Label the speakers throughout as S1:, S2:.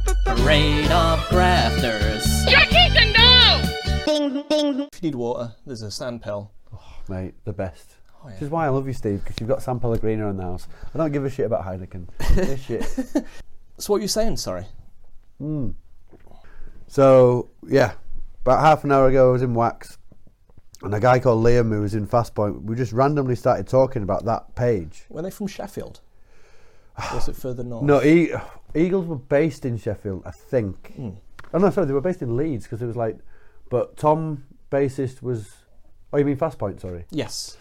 S1: parade of grafters.
S2: If you need water, there's a sand pill.
S3: Mate, the best.
S2: Oh,
S3: Which is why I love you, Steve, because you've got San Pellegrino in the house. I don't give a shit about Heineken. This shit.
S2: So what are you saying? Sorry.
S3: So, yeah, about half an hour ago, I was in Wax, and a guy called Liam, who was in Fast Point, we just randomly started talking about that page.
S2: Were they from Sheffield? Or was it further north?
S3: No, e- Eagles were based in Sheffield, I think. Oh, no, sorry, they were based in Leeds, because it was like, but Tom, bassist, was. Oh, you mean Fast Point, sorry.
S2: Yes.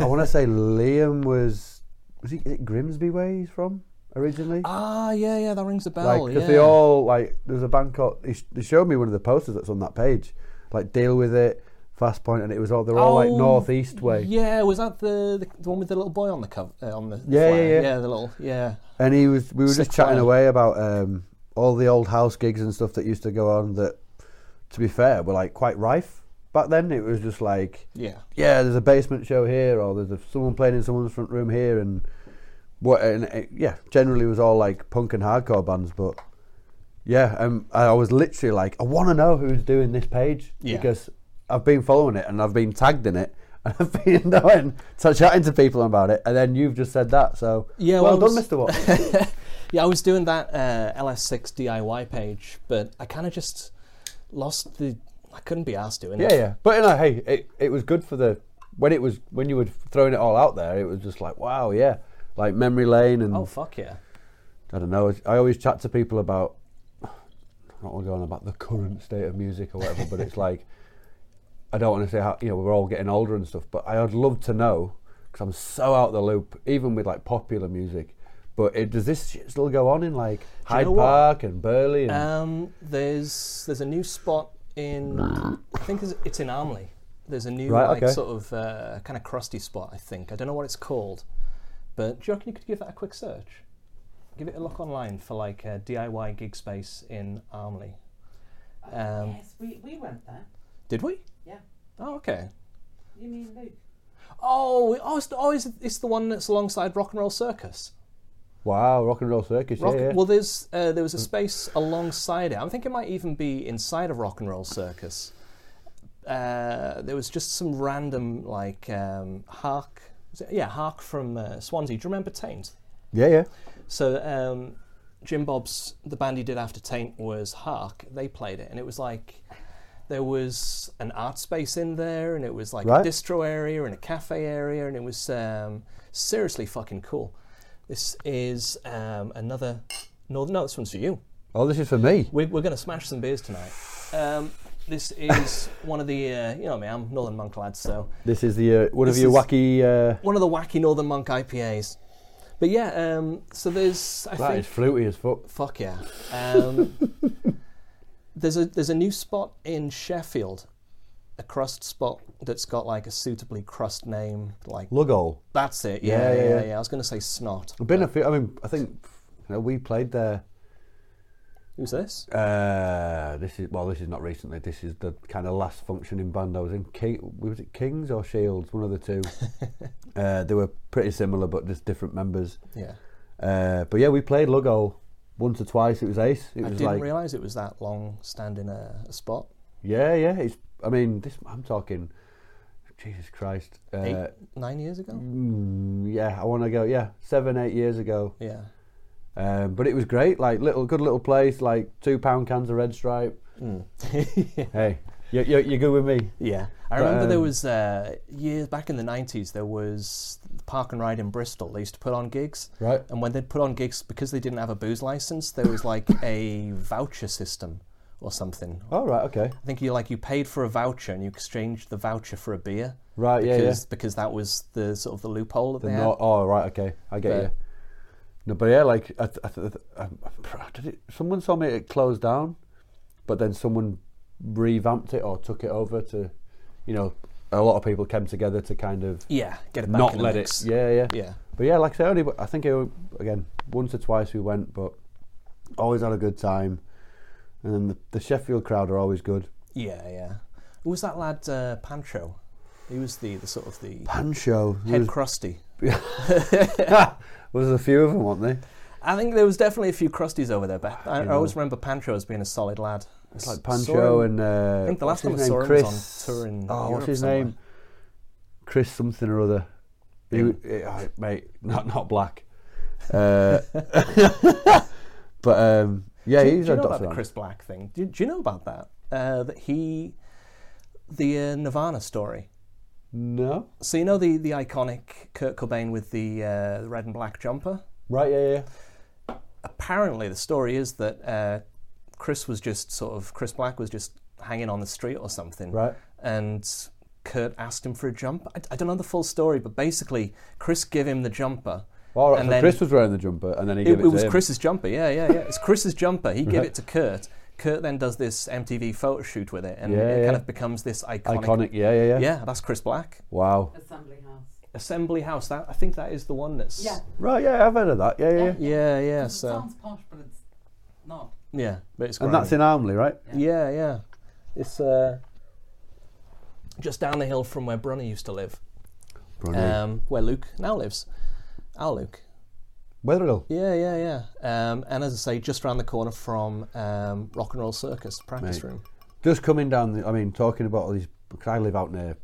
S3: I want to say Liam was. Was he is it Grimsby where he's from originally?
S2: Ah, yeah, yeah, that rings a bell.
S3: Like 'cause
S2: yeah.
S3: they all like there's a band called he, sh- they showed me one of the posters that's on that page, like deal with it, fast point, and it was all they're all like
S2: Oh,
S3: northeast way,
S2: Yeah, was that the, the the one with the little boy on the cover uh, on the the
S3: Yeah, yeah,
S2: flyer?
S3: yeah.
S2: the little yeah.
S3: and he was we were
S2: Sick
S3: just chatting
S2: plan.
S3: away about um, all the old house gigs and stuff that used to go on that, to be fair, were like quite rife back then. It was just like
S2: Yeah.
S3: yeah, there's a basement show here, or there's a, someone playing in someone's front room here, and what? And it, yeah, generally was all like punk and hardcore bands, but yeah, um, I was literally like, I want to know who's doing this page
S2: Yeah.
S3: because I've been following it and I've been tagged in it. And I've been knowing, so chatting to people about it, and then you've just said that. So
S2: Yeah,
S3: well,
S2: well,
S3: done,
S2: it's-
S3: Mister Watt.
S2: Yeah, I was doing that uh, LS6 DIY page, but I kind of just lost the. I couldn't be asked doing
S3: yeah,
S2: that.
S3: yeah. But you know, hey, it, it was good for the when it was when you were throwing it all out there. It was just like, wow, yeah, like memory lane and
S2: Oh fuck yeah.
S3: I don't know. I always chat to people about. I don't want to go on about the current state of music or whatever, but it's like I don't want to say how you know we're all getting older and stuff, but I'd love to know because I'm so out the loop, even with like popular music. But it, does this shit still go on in like Hyde
S2: know what?
S3: Park and Burley? And,
S2: Um, there's there's a new spot in I think it's- it's in Armley. There's a new
S3: Right,
S2: like
S3: okay.
S2: sort of uh, kind of crusty spot. I think I don't know what it's called, but do you reckon you could give that a quick search? Give it a look online for like uh, DIY gig space in Armley. Um,
S4: Yes, we, we went there.
S2: Did we?
S4: Yeah.
S2: Oh okay.
S4: You mean Luke?
S2: Oh, we- oh, it's, oh, it's, it's the one that's alongside Rock and Roll Circus.
S3: wow, rock and roll circus.
S2: Rock,
S3: yeah, yeah.
S2: Well, there's uh, there was a space alongside it. I think it might even be inside of Rock and Roll Circus. Uh, there was just some random like um, Hark, was it- yeah, Hark from uh, Swansea. Do you remember Taint?
S3: yeah, yeah.
S2: So um, Jim Bob's the band he did after Taint was Hark. They played it, and it was like there was an art space in there, and it was like
S3: Right.
S2: a distro area and a cafe area, and it was um, seriously fucking cool. This is um, another. No, no, this one's for you.
S3: Oh, this is for me.
S2: We're, we're going to smash some beers tonight. Um, this is one of the, uh, you know me, I'm Northern Monk lad, so
S3: This is the uh, one of
S2: This
S3: your
S2: is-
S3: wacky. Uh,
S2: one of the wacky Northern Monk IPAs. But yeah, um, so there's, I
S3: that
S2: think,
S3: is fluty as fuck.
S2: Fuck yeah. Um, there's a there's a new spot in Sheffield, a crust spot that's got like a suitably crust name. Like
S3: Lugol.
S2: that's it. Yeah,
S3: Yeah,
S2: yeah,
S3: yeah,
S2: yeah.
S3: yeah.
S2: I was gonna say snot.
S3: I've been a few. I mean, I think you know, we played there.
S2: Who's this?
S3: Uh, this is well. This is not recently. This is the kind of last functioning band I was in. King, was it Kings or Shields? One of the two. uh, they were pretty similar, but just different members.
S2: Yeah.
S3: Uh, but yeah, we played Lugol once or twice. It was ace. It
S2: I
S3: was
S2: didn't
S3: like
S2: realise it was that long standing a, a spot.
S3: yeah, yeah. It's. I mean, this. I'm talking. Jesus Christ.
S2: Eight,
S3: Uh,
S2: nine years ago.
S3: mm, yeah, I want to go. Yeah, seven, eight years ago.
S2: Yeah.
S3: Um, but it was great. Like little, good little place. Like two pound cans of Red Stripe. Hey, you, you, you good with me?
S2: yeah. I remember there
S3: um,
S2: was uh, years back in the nineties. There was Park and Ride in Bristol. They used to put on gigs.
S3: Right.
S2: And when they'd put on gigs, because they didn't have a booze license, there was like a voucher system or something.
S3: All right. Okay.
S2: I think you like you paid for a voucher and you exchanged the voucher for a beer.
S3: Right, yeah, yeah.
S2: Because because that was the sort of the loophole that
S3: The
S2: they
S3: no- oh, right, okay, I get
S2: But-
S3: you. No, but yeah, like I, th- I, th- I, I, did it, someone told me it closed down, but then someone revamped it or took it over to, you know, a lot of people came together to kind of
S2: had. Yeah, get it back
S3: not
S2: in the
S3: let
S2: mix.
S3: it. Yeah, yeah,
S2: Yeah.
S3: But yeah, like I say, only I think it, again once or twice we went, but always had a good time, and then the, the Sheffield crowd are always good.
S2: Yeah, yeah. Who was that lad uh, Pancho? He was the, the sort of the
S3: Pancho, there
S2: head
S3: was,
S2: crusty.
S3: there was a few of them, weren't they?
S2: I think there was definitely a few crusties over there, but I, I always remember Pancho as being a solid lad.
S3: It's like
S2: S- saw
S3: Pancho
S2: him-
S3: and uh,
S2: I think the last
S3: what's
S2: time I
S3: his
S2: saw
S3: name?
S2: him
S3: Chris.
S2: was on tour in
S3: oh,
S2: Europe
S3: what's his
S2: somewhere.
S3: name? Chris something or other. He,
S2: Yeah.
S3: w- eh, oh, mate, not not black. Uh, but um, yeah,
S2: do, you-
S3: he's
S2: do you
S3: a
S2: know about the
S3: doctor.
S2: Chris Black thing? Do, you- do you know about that? Uh, that he, the uh, Nirvana story.
S3: No,
S2: So you know the the iconic Kurt Cobain with the uh, red and black jumper.
S3: right? Yeah, yeah.
S2: Apparently, the story is that uh, Chris was just sort of Chris Black was just hanging on the street or something,
S3: Right.
S2: And Kurt asked him for a jump. I, I don't know the full story, but basically, Chris gave him the jumper.
S3: All right.
S2: and
S3: so
S2: then-
S3: Chris was wearing the jumper, and then he
S2: It,
S3: gave it,
S2: it was
S3: to him.
S2: Chris's jumper. Yeah, yeah, yeah. It's Chris's jumper. He gave it to Kurt. Kurt then does this MTV photo shoot with it, and
S3: Yeah,
S2: it
S3: yeah.
S2: kind of becomes this iconic.
S3: Iconic. Yeah, yeah, yeah.
S2: Yeah, that's Chris Black.
S3: Wow.
S4: Assembly House.
S2: Assembly House. That I think that is the one that's.
S4: Yeah.
S3: Right. Yeah, I've heard of that. Yeah, yeah. yeah.
S2: Yeah, yeah.
S4: It
S2: So
S4: sounds posh, but it's not.
S2: yeah, but it's.
S3: And that's
S2: grimy.
S3: in Armley, right?
S2: Yeah, yeah. It's uh, just down the hill from where Brunner used to live,
S3: Brilliant.
S2: um, where Luke now lives. Our Luke.
S3: Wetherill.
S2: Yeah, yeah, yeah. Um, and as I say, just round the corner from um, Rock and Roll Circus practice
S3: Mate.
S2: room.
S3: Just coming down, the, I mean, talking about all these, because I live out near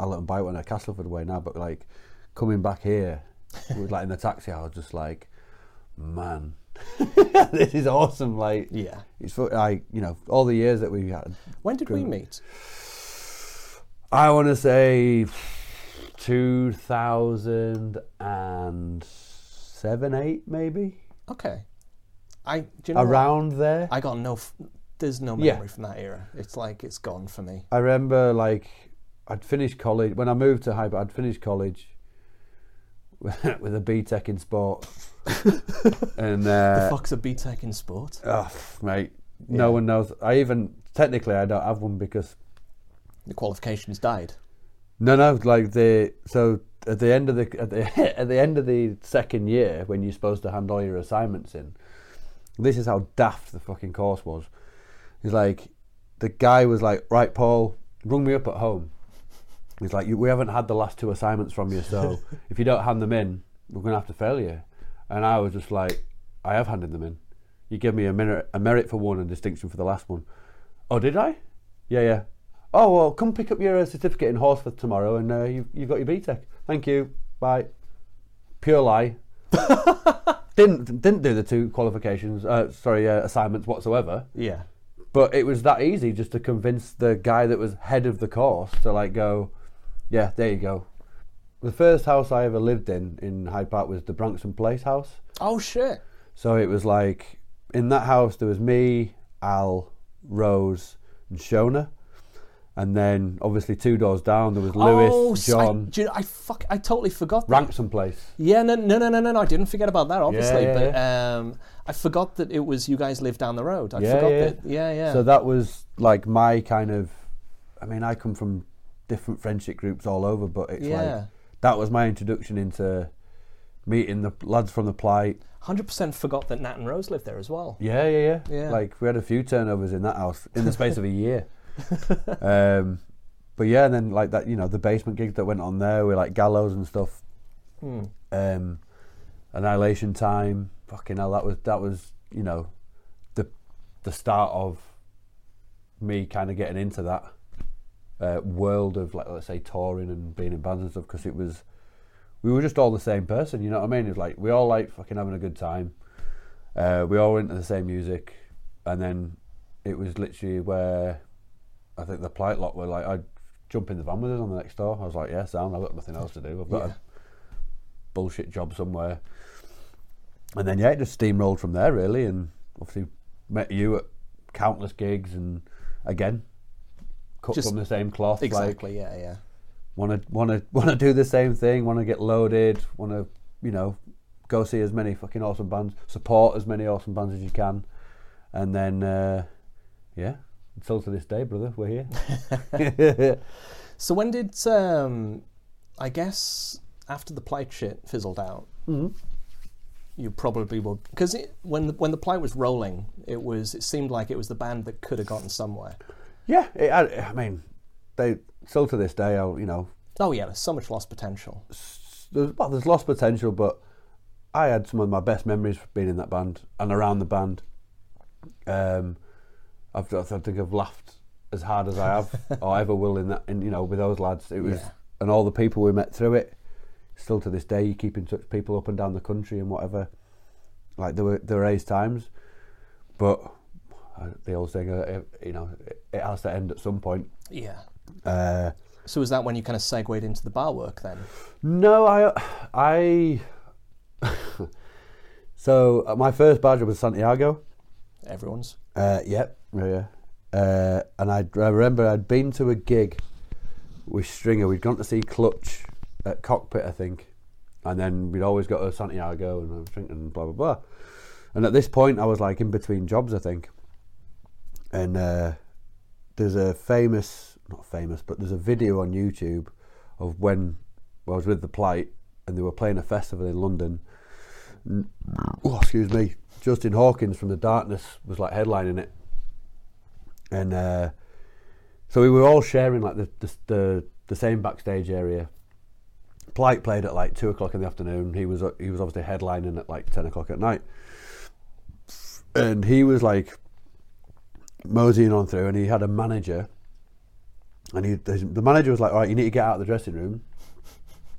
S3: Alton Byte and Castleford way now, but like coming back here, was like in the taxi, I was just like, man, this is awesome. Like,
S2: Yeah.
S3: it's fu- like, you know, all the years that we had.
S2: When did we
S3: Cool.
S2: meet?
S3: I want to say 2007, 8 maybe,
S2: Okay. I do you know what?
S3: around there.
S2: I got no. F- there's no memory
S3: Yeah.
S2: from that era. It's like it's gone for me.
S3: I remember like I'd finished college when I moved to Hyper. I'd finished college with, with a B Tech in sport, and
S2: the
S3: uh,
S2: fuck's a B Tech in sport?
S3: oh, mate, no one knows. I even technically I don't have one because
S2: The qualifications died.
S3: no, no, like the so at the end of the at the at the end of the second year when you're supposed to hand all your assignments in, this is how daft the fucking course was. He's like, the guy was like, right, Paul, rung me up at home. He's like, you, we haven't had the last two assignments from you, so if you don't hand them in, we're gonna have to fail you. And I was just like, I have handed them in. You give me a merit, a merit for one and distinction for the last one. Oh, did I? Yeah, yeah. Oh well, come pick up your uh, certificate in Horsforth tomorrow, and uh, you've, you've got your BTEC. Thank you. Bye. Pure lie. didn't didn't do the two qualifications. Uh, sorry, uh, assignments whatsoever.
S2: Yeah.
S3: But it was that easy just to convince the guy that was head of the course to like go, yeah, there you go. The first house I ever lived in in Hyde Park was the Branxton Place house.
S2: Oh shit.
S3: So it was like in that house there was me, Al, Rose, and Shona, and then obviously two doors down there was Lewis,
S2: oh, s- I-
S3: John,
S2: do you know, I fuck. I totally forgot. That.
S3: Ransom Place.
S2: Yeah. No. No. No. No. No. no, I didn't forget about that. Obviously,
S3: yeah,
S2: but um, I forgot that it was you guys lived down the road. I
S3: Yeah,
S2: forgot
S3: yeah.
S2: that. Yeah. Yeah.
S3: So that was like my kind of. I mean, I come from different friendship groups all over, but it's
S2: Yeah.
S3: like that was my introduction into meeting the lads from the plight.
S2: Hundred percent forgot that Nat and Rose lived there as well.
S3: Yeah, yeah, yeah.
S2: Yeah.
S3: Like we had a few turnovers in that house in the space of a year. um, but yeah, and then like that, you know, the basement gigs that went on there were like gallows and stuff. Um, Annihilation time, fucking hell, that was that was you know, the the start of me kind of getting into that uh, world of like let's say touring and being in bands and stuff because it was we were just all the same person, you know what I mean? It was like we all like fucking having a good time. Uh, we all went to the same music, and then it was literally where I think the plight lot were like, I'd jump in the van with us on the next door. I was like, yeah, sound, I've got nothing else to do. I've got
S2: Yeah.
S3: a bullshit job somewhere. And then, yeah, it just steamrolled from there, really. And obviously, met you at countless gigs, and again, cut
S2: Just-
S3: from the same cloth. Like,
S2: Exactly. yeah. Yeah.
S3: want to want to want to do the same thing, want to get loaded, want to you know go see as many fucking awesome bands, support as many awesome bands as you can, and then uh, yeah, until to this day, brother, we're here.
S2: So when did um, I guess after the plight shit fizzled out, you probably will because when the, when the plight was rolling, it was it seemed like it was the band that could have gotten somewhere.
S3: yeah, it, I, I mean, they still to this day, I'll you know
S2: Oh yeah, there's so much lost potential.
S3: there's, well, there's lost potential, but I had some of my best memories from being in that band and around the band. Um, I've, I think I've laughed as hard as I have or ever will in that. In you know, with those lads, it was
S2: Yeah.
S3: and all the people we met through it. Still to this day, you keep in touch. People up and down the country and whatever. Like there were there were ace times, but uh, the old saying, uh, it, you know, it, it has to end at some point.
S2: Yeah.
S3: Uh,
S2: So was that when you kind of segued into the bar work then?
S3: No, I, I. so uh, my first badger was Santiago.
S2: Everyone's.
S3: Uh, yep, yeah. Uh, and I, I remember I'd been to a gig with Stringer. We'd gone to see Clutch at Cockpit, I think, and then we'd always go to Santiago and I was drinking blah blah blah. And at this point, I was like in between jobs, I think. And uh, there's a famous, not famous, but there's a video on YouTube of when I was with the Plight and they were playing a festival in London oh, excuse me, Justin Hawkins from The Darkness was like headlining it, and uh, so we were all sharing like the the, the the same backstage area. Plight played at like two o'clock in the afternoon. He was he was obviously headlining at like ten o'clock at night, and he was like moseying on through, and he had a manager, and he the the manager was like, "All right, you need to get out of the dressing room."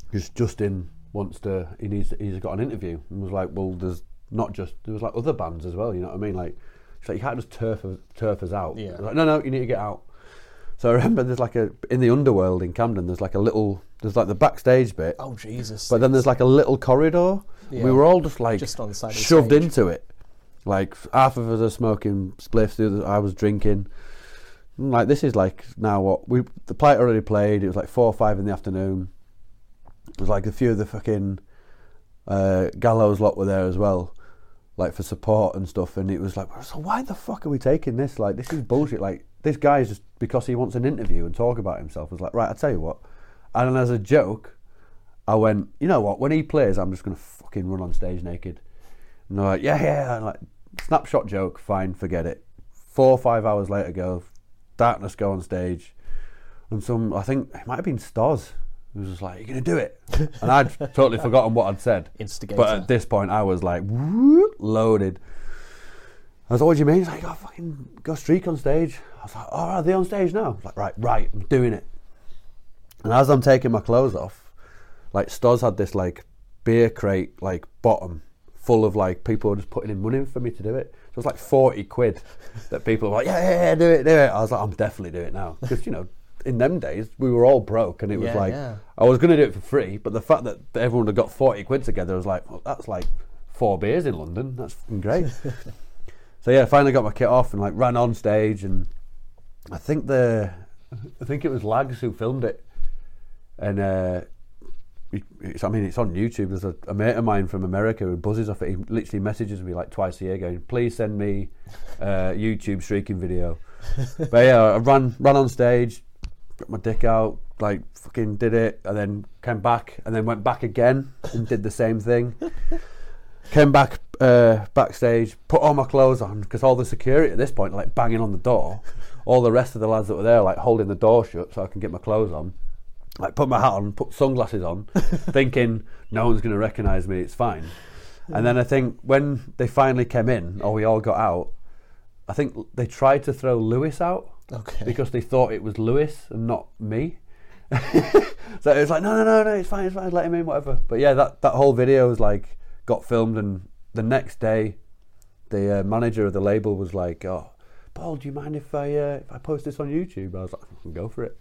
S3: because Justin wants to he needs he's got an interview and was like well there's not just there was like other bands as well you know what I mean like it's like you can't just turf us- turf us out
S2: Yeah.
S3: He's like no no you need to get out so I remember there's like a in the underworld in Camden there's like a little there's like the backstage bit
S2: Oh Jesus.
S3: but then there's like a little corridor.
S2: Yeah.
S3: We were all just like
S2: Just on the side of the
S3: shoved
S2: stage.
S3: into it. Like half of us are smoking spliffs, the other I was drinking. And, like this is like now what we the plight already played. It was like four or five in the afternoon. It was like a few of the fucking uh, gallows lot were there as well, like for support and stuff. And it was like, so why the fuck are we taking this? Like this is bullshit. Like this guy is just because he wants an interview and talk about himself. I was like, right, I tell you what. And then as a joke, I went, you know what? When he plays, I'm just gonna fucking run on stage naked. And they're like, yeah, yeah. And like, snapshot joke, fine, forget it. Four or five hours later, go, darkness, go on stage, and some. I think it might have been Stoz. who was just like, "You're gonna do it," and I'd totally forgotten what I'd said.
S2: Instigator.
S3: But at this point, I was like, whoop, loaded. I was like, what do you mean? He's like, oh, fucking go streak on stage. I was like, oh, are they on stage now? I was like, right, right, I'm doing it. And as I'm taking my clothes off, like Stoz had this like beer crate like bottom full of like people were just putting in money for me to do it. So it was like forty quid that people were like, yeah, yeah, yeah, do it, do it. I was like, I'm definitely doing it now because you know, in them days we were all broke and it was
S2: Yeah,
S3: like
S2: yeah.
S3: I was going to do it for free, but the fact that everyone had got forty quid together I was like, well, that's like four beers in London. That's fucking great. so yeah, I finally got my kit off and like ran on stage and I think the I think it was Lags who filmed it and uh, it- it's, I mean, it's on YouTube. There's a, a mate of mine from America who buzzes off it. He literally messages me like twice a year, going, "Please send me uh, YouTube shrieking video." but yeah, I ran ran on stage, got my dick out, like fucking did it, and then came back, and then went back again and did the same thing. Came back uh, backstage, put all my clothes on because all the security at this point are like banging on the door. All the rest of the lads that were there like holding the door shut so I can get my clothes on. Like put my hat on, put sunglasses on, thinking no one's going to recognise me. It's fine. And then I think when they finally came in, or we all got out, I think they tried to throw Lewis out
S2: Okay.
S3: because they thought it was Lewis and not me. so it was like, no, no, no, no, it's fine, it's fine, let him in, whatever. But yeah, that, that whole video was like, got filmed, and the next day, the uh, manager of the label was like, oh, Paul, do you mind if I uh, if I post this on YouTube? I was like, "Fucking go for it.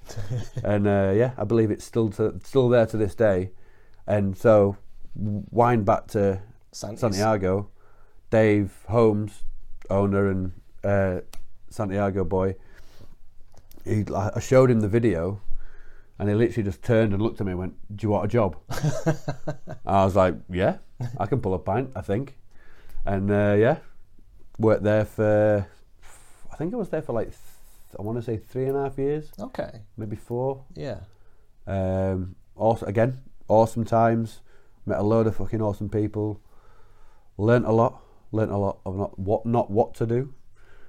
S3: and uh, yeah, I believe it's still to, still there to this day. And so, w- wind back to
S2: Santis.
S3: Santiago, Dave Holmes, owner and uh, Santiago boy. He, I showed him the video, and he literally just turned and looked at me and went, "Do you want a job?" I was like, "Yeah, I can pull a pint, I think." And uh, yeah, worked there for, I think I was there for like, th- I want to say three and a half years,
S2: Okay.
S3: maybe four.
S2: Yeah.
S3: Um, also, again, awesome times. Met a load of fucking awesome people. Learnt a lot. Learnt a lot of not what not what to do.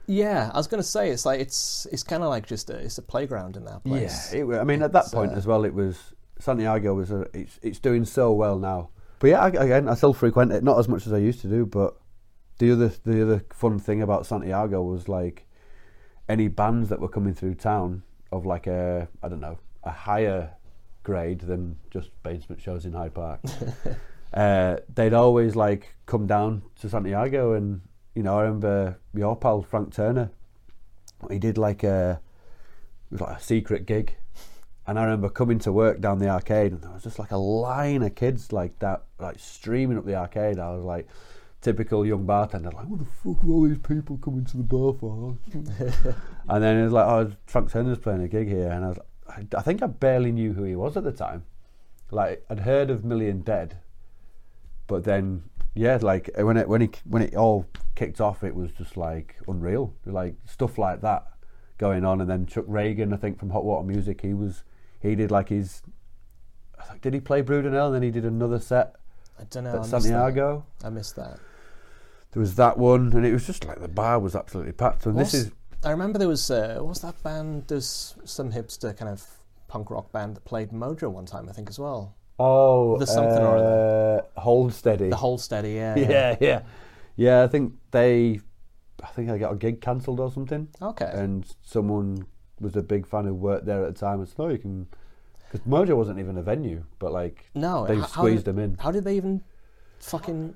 S2: Yeah, I was gonna say it's like it's it's kind of like just a, it's a playground in that place.
S3: It, wa- I mean, at that
S2: It's,
S3: point
S2: uh,
S3: as well, it was Santiago was a, it's it's doing so well now. But yeah, I, again, I still frequent it, not as much as I used to do. But the other the other fun thing about Santiago was like any bands that were coming through town of like a I don't know a higher grade than just basement shows in Hyde Park. uh, they'd always like come down to Santiago, and you know I remember your pal Frank Turner. He did like a it was like a secret gig. And I remember coming to work down the arcade, and there was just like a line of kids like that, like streaming up the arcade. I was like, typical young bartender, like, what the fuck are all these people coming to the bar for? and then it was like, oh, Frank Turner's playing a gig here, and I was, I, I think I barely knew who he was at the time. Like, I'd heard of Million Dead, but then yeah, like uh, when it when it when it all kicked off, it was just like unreal, like stuff like that going on. And then Chuck Reagan, I think from Hot Water Music, he was he did like his I think, did he play Brudenell? And then he did another set
S2: I don't know. Oh, I
S3: at
S2: missed that.
S3: Santiago.
S2: I missed that.
S3: There was that one, and it was just like the bar was absolutely packed. And this
S2: What's-
S3: is
S2: I remember there was uh, what was that band? There's some hipster kind of punk rock band that played Mojo one time, I think, as well.
S3: oh,
S2: There's something or
S3: uh, hold steady.
S2: The Whole Steady, yeah.
S3: yeah, yeah, yeah. I think they, I think they got a gig cancelled or something.
S2: Okay.
S3: And someone was a big fan who worked there at the time and said, "No, you can." Because Mojo wasn't even a venue, but like
S2: no,
S3: they
S2: h- how
S3: squeezed
S2: did-
S3: them in. Uh,
S2: How did they even fucking?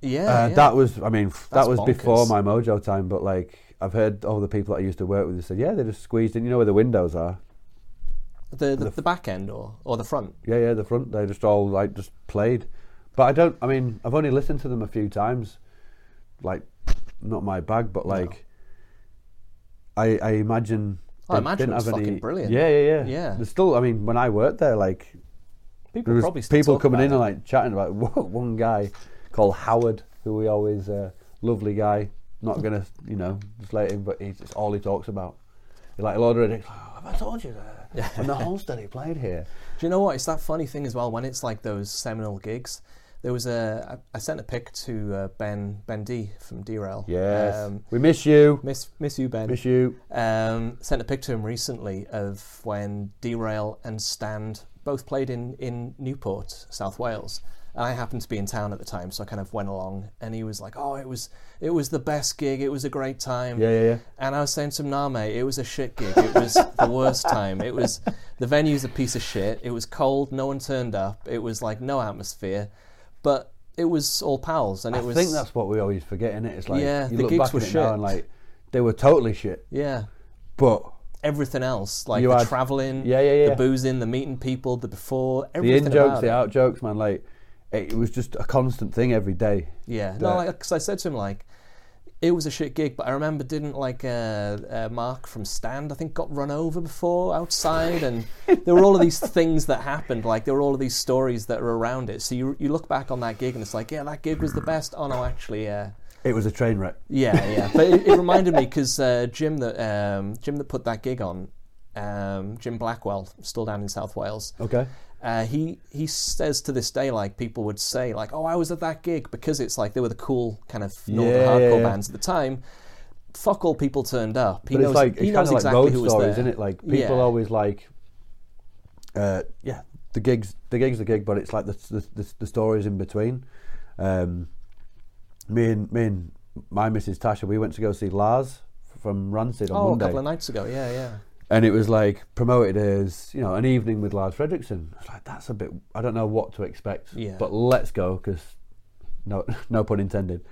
S2: Yeah,
S3: Uh,
S2: yeah.
S3: That was, I mean, f-
S2: That's
S3: that was before
S2: bonkers.
S3: my Mojo time, but like I've heard all the people that I used to work with, they said, "Yeah, they just squeezed in." You know where the windows are?
S2: the, the the back end or or the front.
S3: Yeah, yeah, the front. They just all like just played, but I don't. I mean, I've only listened to them a few times. Like, not my bag, but like, I I imagine.
S2: I
S3: they
S2: imagine it was fucking brillill.
S3: Yeah, yeah, yeah.
S2: Yeah.
S3: There's still. I mean, when I worked there, like
S2: People
S3: there was
S2: probably still
S3: people
S2: talk
S3: coming
S2: about
S3: in
S2: it.
S3: and like chatting about whoa, one guy called Howard, who we always uh, lovely guy. Not gonna, you know, just let him. But he's it's all he talks about. He like he'll order it. he's like, Oh, have I told you that? And the whole study played here.
S2: Do you know what? It's that funny thing as well when it's like those seminal gigs. There was a I I sent a pic to uh, Ben Ben D from Derail.
S3: Yes,
S2: Um,
S3: we miss you.
S2: miss miss you Ben.
S3: Miss you.
S2: um, sent a pic to him recently of when Derail and Stand both played in, in Newport, South Wales. And I happened to be in town at the time, so I kind of went along. And he was like, "Oh, it was it was the best gig. It was a great time."
S3: Yeah, yeah, yeah.
S2: And I was saying to him, "Nah, mate, it was a shit gig. It was the worst time. It was the venue's a piece of shit. It was cold. No one turned up. It was like no atmosphere, but it was all pals, and it
S3: I
S2: was
S3: think that's what we always forget, innit? It's like
S2: Yeah,
S3: you
S2: the
S3: look
S2: gigs
S3: back
S2: were
S3: at it now
S2: shit.
S3: and like they were totally shit.
S2: yeah."
S3: But
S2: everything else, like
S3: You
S2: the
S3: had-
S2: traveling,
S3: Yeah, yeah,
S2: the
S3: yeah.
S2: boozing, the meeting people, the before,
S3: the
S2: everything.
S3: in jokes,
S2: about
S3: the
S2: it.
S3: out jokes, man, like it was just a constant thing every day.
S2: Yeah,
S3: that-
S2: no, because I said to him like, it was a shit gig, but I remember didn't like uh, uh, Mark from Stand, I think, got run over before outside, and there were all of these things that happened, like there were all of these stories that are around it. So you you look back on that gig and it's like, yeah, that gig was the best. Oh no, actually, yeah.
S3: It was a train wreck.
S2: Yeah, yeah. But it, it reminded me because uh, Jim that um, Jim that put that gig on, um, Jim Blackwell, still down in South Wales.
S3: Okay.
S2: Uh, he he says to this day, like people would say, like, "Oh, I was at that gig," because it's like they were the cool kind of northern
S3: Yeah,
S2: hardcore
S3: yeah, yeah.
S2: bands at the time. Fuck all people turned up. He
S3: But
S2: knows,
S3: it's like
S2: he
S3: it's
S2: knows
S3: kind of like
S2: exactly
S3: road
S2: who was
S3: stories,
S2: there.
S3: isn't it? Like people
S2: Yeah.
S3: always like, uh, yeah, the gigs, the gigs, the gig, but it's like the the, the, the stories in between. Um, me and me and my Mrs. Tasha, we went to go see Lars from Rancid on
S2: Oh, a
S3: Monday.
S2: couple of nights ago. Yeah, yeah.
S3: and it was like promoted as you know an evening with Lars Fredriksson. I was like that's a bit. I don't know what to expect.
S2: Yeah.
S3: But let's go because no no pun intended.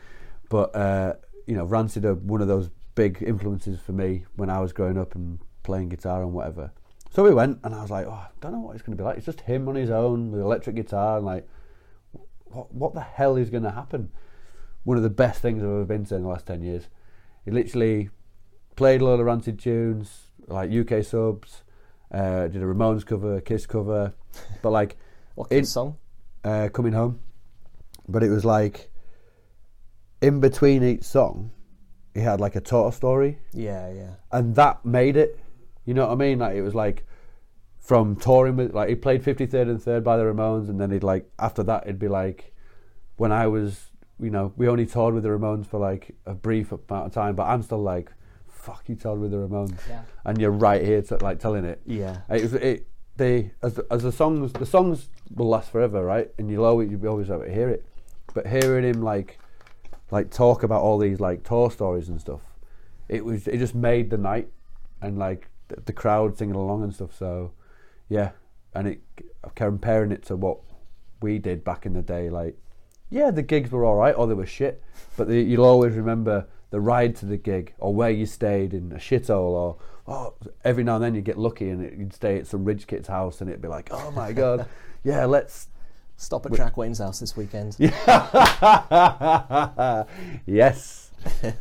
S3: But uh, you know, Rancid are one of those big influences for me when I was growing up and playing guitar and whatever. So we went, and I was like, oh, I don't know what it's going to be like. It's just him on his own with electric guitar, and like, what what the hell is going to happen? One of the best things I've ever been to in the last ten years. He literally played a lot of ranted tunes, like UK subs, uh, did a Ramones cover, a Kiss cover, but like
S2: What
S3: In-
S2: kind of song?
S3: uh, coming home. But it was like in between each song, he had like a total story,
S2: Yeah, yeah.
S3: and that made it. You know what I mean? Like it was like from touring with like he played 53rd and 3rd by the Ramones and then he'd like after that it'd be like when I was you know we only toured with the Ramones for like a brief amount of time but I'm still like fuck you toured with the Ramones
S4: Yeah.
S3: and you're right here to, like telling it
S2: Yeah.
S3: it was it they as as the songs the songs will last forever, right? And you'll always you'll be always able to hear it. But hearing him like like talk about all these like tour stories and stuff, it was it just made the night and like the, the crowd singing along and stuff. So yeah, and it comparing it to what we did back in the day, like yeah, the gigs were all right or they were shit, but the, you'll always remember the ride to the gig or where you stayed in a shithole or oh, every now and then you get lucky and it, you'd stay at some ridge kid's house and it'd be like, oh my god, yeah, let's.
S2: Stop at Jack Wayne's house this weekend.
S3: yes,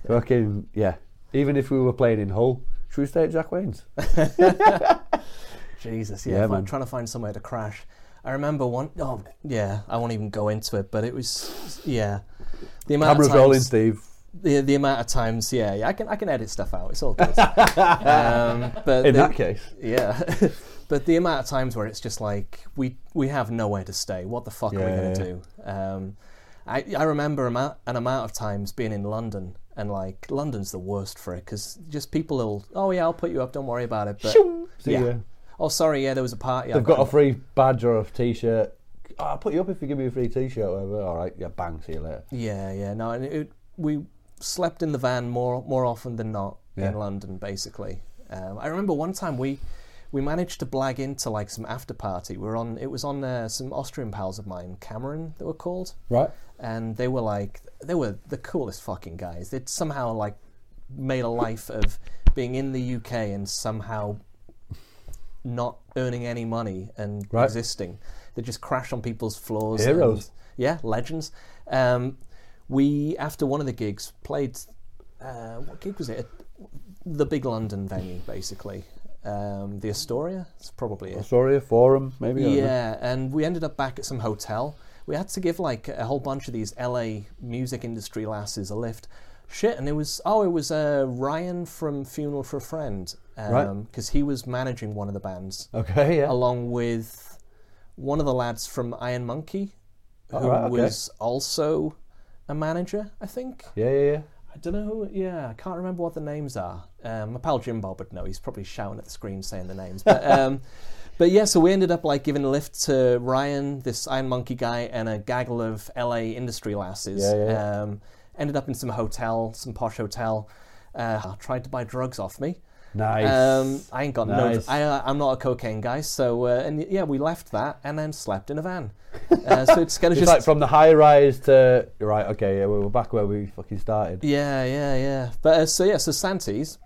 S3: fucking yeah. Even if we were playing in Hull, should we stay at Jack Wayne's?
S2: Jesus,
S3: Yeah,
S2: yeah, I'm
S3: man.
S2: trying to find somewhere to crash. I remember one oh yeah, I won't even go into it, but it was yeah. The amount
S3: Cameras
S2: of times,
S3: rolling, Steve.
S2: The, the amount of times, yeah, yeah, I can I can edit stuff out. It's all good. um, but
S3: In
S2: the-
S3: that case,
S2: yeah, but the amount of times where it's just like we we have nowhere to stay. What the fuck are we
S3: Yeah,
S2: going
S3: yeah.
S2: to do? Um, I I remember amou- an amount of times being in London and like London's the worst for it because just people will oh yeah I'll put you up don't worry about it but
S3: See ya.
S2: oh sorry yeah there was a party
S3: They've got a free badge or a t-shirt. Oh, I'll put you up if you give me a free t-shirt. Or whatever. All right, yeah, bang, see you later.
S2: Yeah, yeah. No, and it, we slept in the van more more often than not
S3: Yeah.
S2: in London, basically. Um, I remember one time we we managed to blag into like some after party. We were on it was on uh, some Austrian pals of mine, Cameron, that were called,
S3: Right.
S2: and they were like they were the coolest fucking guys. They'd somehow like made a life of being in the UK and somehow not earning any money and
S3: Right.
S2: existing. They just crashed on people's floors.
S3: Heroes.
S2: and- yeah, legends. Um, we after one of the gigs played. Uh, what gig was it? The big London venue, basically. Um, the Astoria. It's probably it.
S3: Sorry, a forum maybe. I don't know.
S2: Yeah, and we ended up back at some hotel. We had to give like a whole bunch of these LA music industry lasses a lift. Shit, and it was oh, it was uh, Ryan from Funeral for a Friend because
S3: Right.
S2: he was managing one of the bands
S3: Okay. Yeah.
S2: along with one of the lads from Iron Monkey who
S3: Alright, Oh, okay.
S2: was also a manager, I think.
S3: Yeah. Yeah. Yeah.
S2: I don't know. Who, yeah, I can't remember what the names are. Um, my pal Jim Bob would know. He's probably shouting at the screen saying the names. But um, but yeah, so we ended up like giving a lift to Ryan, this Iron Monkey guy, and a gaggle of LA industry lasses.
S3: Yeah, yeah, yeah.
S2: Um, ended up in some hotel, some posh hotel. Uh, tried to buy drugs off me.
S3: Nice.
S2: Um, I ain't got
S3: Nice.
S2: no. I, uh, I'm not a cocaine guy, so uh, and yeah, we left that and then slept in a van. Uh, so it's kind of
S3: it's
S2: just
S3: like from the high rise to right. Okay. Yeah. We're back where we fucking started.
S2: Yeah, yeah, yeah. But uh, so yeah, so Santis,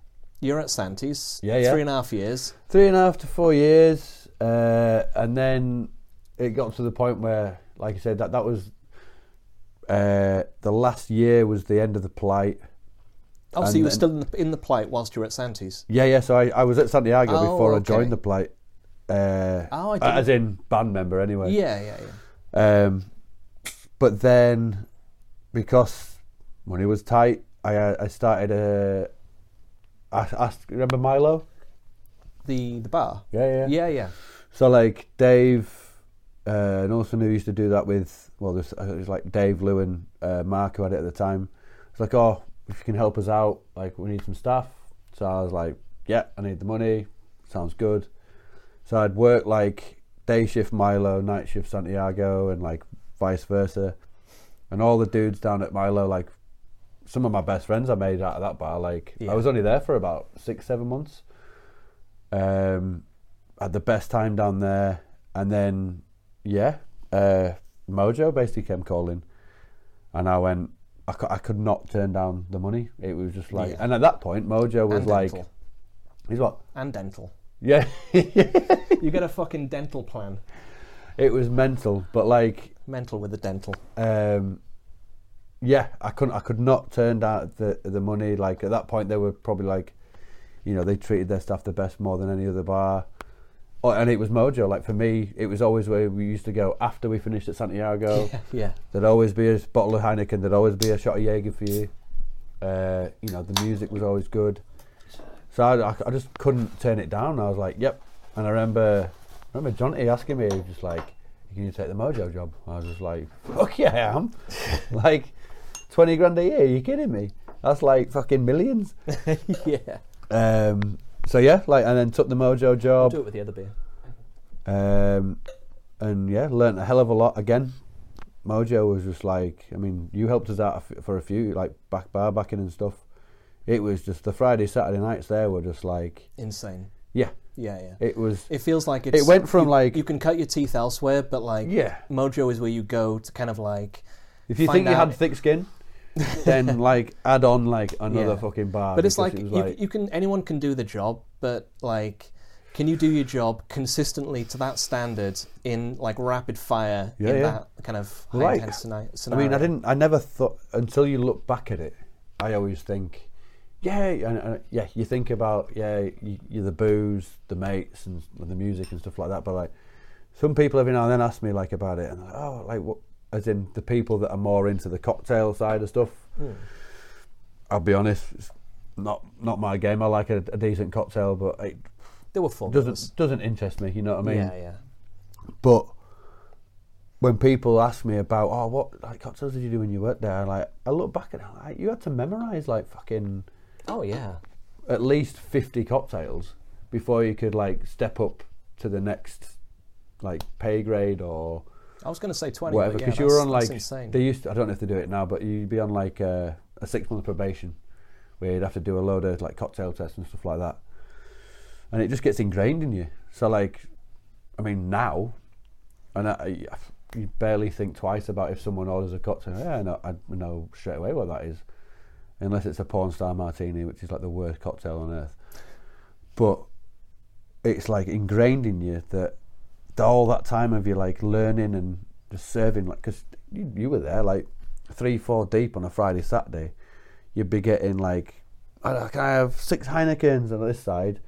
S2: you're at Santis.
S3: Yeah, yeah.
S2: Three and a half years.
S3: Three and a half to four years, uh, and then it got to the point where, like I said, that that was uh, the last year was the end of the plight.
S2: Oh, so
S3: And
S2: you were
S3: then-
S2: still in the, in the plight whilst you were at Santis.
S3: Yeah, yeah. So I, I was at Santiago
S2: Oh,
S3: before I
S2: okay.
S3: joined the plight. Uh,
S2: Oh, I didn't-
S3: as in band member, anyway.
S2: Yeah, yeah, yeah.
S3: Um, but then, because money was tight, I uh, I started a. I asked, remember Milo?
S2: The the bar.
S3: Yeah, yeah.
S2: Yeah, yeah.
S3: So like Dave, uh, and also who used to do that with. Well, there's uh, it was like Dave, Lou, and uh, Mark who had it at the time. It's like, oh, if you can help us out, like we need some staff. So I was like, yeah, I need the money. Sounds good. So I'd work like day shift Milo, night shift Santiago, and like vice versa. And all the dudes down at Milo, like some of my best friends I made out of that bar. Like
S2: Yeah.
S3: I was only there for about six, seven months. Um, had the best time down there, and then yeah, uh, Mojo basically came calling, and I went. I, cou- I could not turn down the money. It was just like,
S2: Yeah.
S3: and at that point, Mojo was
S2: And
S3: like,
S2: dental.
S3: he's what?
S2: And dental.
S3: Yeah,
S2: You get a fucking dental plan.
S3: it was mental. But like,
S2: Mental with a dental.
S3: um, yeah, I couldn't. I could not turn down the the money. Like at that point, they were probably like, you know, they treated their staff the best more than any other bar. Oh, and it was Mojo. Like for me, it was always where we used to go after we finished at Santiago.
S2: Yeah.
S3: There'd always be a bottle of Heineken. There'd always be a shot of Jaeger for you. Uh, you know, the music was always good. So I, I- I just couldn't turn it down. I was like, yep. And I remember, I remember Johnny asking me, he was just like, can you take the Mojo job? I was just like, fuck yeah, I am. like, 20 grand a year, are you kidding me? That's like fucking millions.
S2: yeah.
S3: Um, so yeah, like, and then took the Mojo job.
S2: Do it with the other beer.
S3: Um, and yeah, learnt a hell of a lot. Again, Mojo was just like, I mean, you helped us out a f- for a few, like back bar backing and stuff. It was just the Friday, Saturday nights there were just like,
S2: Insane.
S3: yeah,
S2: Yeah, yeah. It,
S3: it was,
S2: feels like it's,
S3: went from,
S2: you-
S3: like-
S2: you can cut your teeth elsewhere, but like
S3: Yeah.
S2: Mojo is where you go to kind of like.
S3: if you
S2: find
S3: think you
S2: out-
S3: had thick skin, then like add on like another
S2: Yeah.
S3: fucking bar.
S2: But it's
S3: because
S2: like,
S3: it was
S2: you, you can anyone can do the job, but like, can you do your job consistently to that standard in like rapid fire
S3: Yeah,
S2: in
S3: yeah.
S2: that kind of high
S3: Right.
S2: intense scena-
S3: I
S2: scenario?
S3: mean, I didn't. I never thought until you look back at it. I always think, yeah, and, and yeah. You think about yeah, you, you the booze, the mates, and, and the music and stuff like that. But like, some people every now and then ask me like about it, and they're like, oh, like what? As in the people that are more into the cocktail side of stuff.
S2: Hmm.
S3: I'll be honest, it's not not my game. I like a, a decent cocktail, but it
S2: They were fun.
S3: doesn't doesn't interest me. You know what I mean?
S2: yeah, yeah.
S3: But when people ask me about, oh, what like cocktails did you do when you worked there? Like, I look back and I'm like, you had to memorize like fucking
S2: Oh yeah.
S3: at least fifty cocktails before you could like step up to the next like pay grade or
S2: I was going to say twenty.
S3: whatever.
S2: but yeah,
S3: Because you were
S2: that's-
S3: on
S2: that's
S3: like
S2: insane.
S3: they used. To, I don't know if they do it now, but you'd be on like uh, a six month probation where you'd have to do a load of like cocktail tests and stuff like that, and it just gets ingrained in you. So like, I mean now, and I, I- you barely think twice about if someone orders a cocktail. Yeah, I know, I know straight away what that is, unless it's a porn star martini, which is like the worst cocktail on earth. But it's like ingrained in you that the- all that time of you like learning and just serving like because you, you were there like three four deep on a friday saturday you'd be getting like I don't know, can i have six heinekens on this side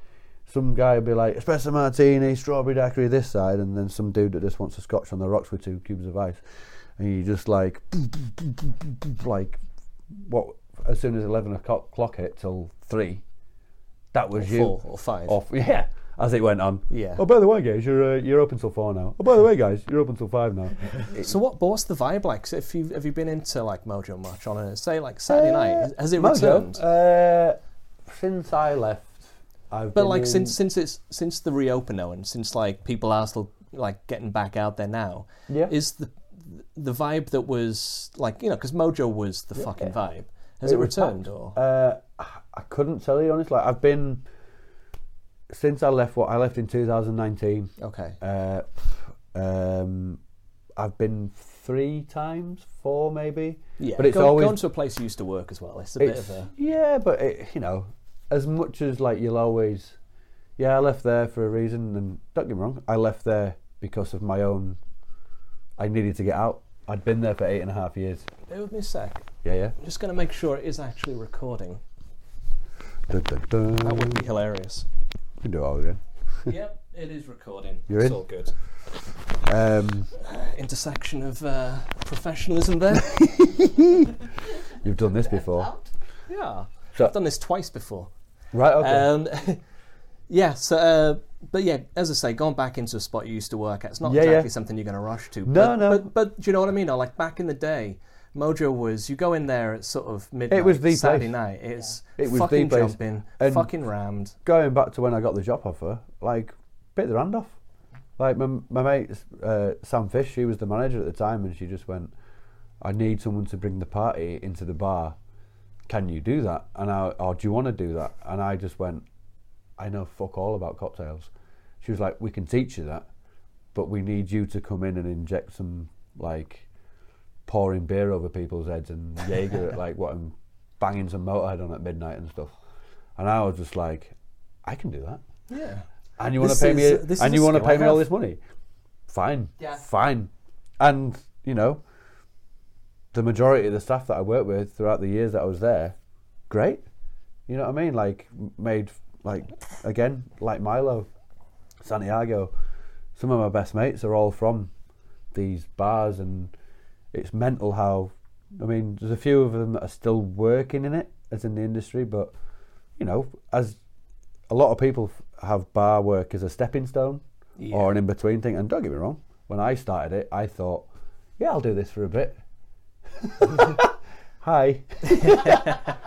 S3: some guy would be like espresso martini strawberry daiquiri this side and then some dude that just wants a scotch on the rocks with two cubes of ice and you just like like what as soon as 11 o'clock clock hit till three that was
S2: Or
S3: you
S2: four or five.
S3: off yeah as it went on
S2: Yeah.
S3: oh by the way guys you're uh, you're open till four now oh by the way guys you're open till five now
S2: So what? But what's the vibe like? So if you have you been into like Mojo much on a say like Saturday night? Has- Has it
S3: Uh, Mojo,
S2: returned?
S3: uh, since i left i've
S2: but
S3: been
S2: like
S3: in-
S2: since since it's since the reopener and since like people are still like getting back out there now.
S3: Yeah.
S2: Is the the vibe that was like you know because Mojo was the fucking vibe. Has it,
S3: was
S2: returned
S3: packed.
S2: or?
S3: Uh, I- I couldn't tell you honestly. Like I've been since I left. What I left in 2019.
S2: Okay.
S3: Uh, um, I've been three times, four maybe.
S2: yeah.
S3: but it's
S2: go,
S3: always
S2: going to a place you used to work as well. It's a bit
S3: it's-
S2: of a
S3: yeah, but it, you know, as much as like you'll always, yeah, I left there for a reason, and don't get me wrong, I left there because of my own. I needed to get out. I'd been there for eight and a half years.
S2: bear with me a sec.
S3: Yeah, yeah.
S2: I'm just going to make sure it is actually recording.
S3: Dun, dun, dun.
S2: That would be hilarious.
S3: We can do it all again.
S2: yep, it is recording.
S3: You're
S2: it's
S3: in.
S2: all good.
S3: Um,
S2: intersection of uh, professionalism there.
S3: you've done this before,
S4: Out?
S2: yeah,
S3: So-
S2: I've done this twice before.
S3: right? Okay.
S2: Um, yeah, so uh, but yeah, as I say, going back into a spot you used to work at, it's not
S3: Yeah,
S2: exactly
S3: yeah.
S2: something you're going to rush to.
S3: No,
S2: but,
S3: no.
S2: But, but do you know what I mean? Or like back in the day, Mojo was you go in there at sort of midnight,
S3: was the
S2: Saturday
S3: place.
S2: night. It's
S3: It was the
S2: fucking
S3: place.
S2: jumping,
S3: And-
S2: fucking rammed.
S3: going back to when I got the job offer, like bit their hand off. Like my my mate uh, Sam Fish, she was the manager at the time, and she just went, "I need someone to bring the party into the bar. Can you do that? And I, or do you want to do that?" And I just went, "I know fuck all about cocktails." She was like, "We can teach you that, but we need you to come in and inject some like pouring beer over people's heads and Jaeger at like what and banging some Motorhead on at midnight and stuff." And I was just like, "I can do that."
S2: Yeah.
S3: and you want
S2: This
S3: to pay
S2: is- uh,
S3: me
S2: this
S3: and
S2: is
S3: you
S2: a
S3: want to
S2: skill
S3: pay
S2: I
S3: me all
S2: have.
S3: this money fine
S4: Yeah.
S3: fine and you know the majority of the staff that i worked with throughout the years that i was there great you know what i mean like m- made like again like milo santiago some of my best mates are all from these bars and it's mental how i mean there's a few of them that are still working in it as in the industry but you know as a lot of people f- have bar work as a stepping stone or an in between thing. And don't get me wrong, when I started it, I thought, yeah, I'll do this for a bit. Hi. but
S2: I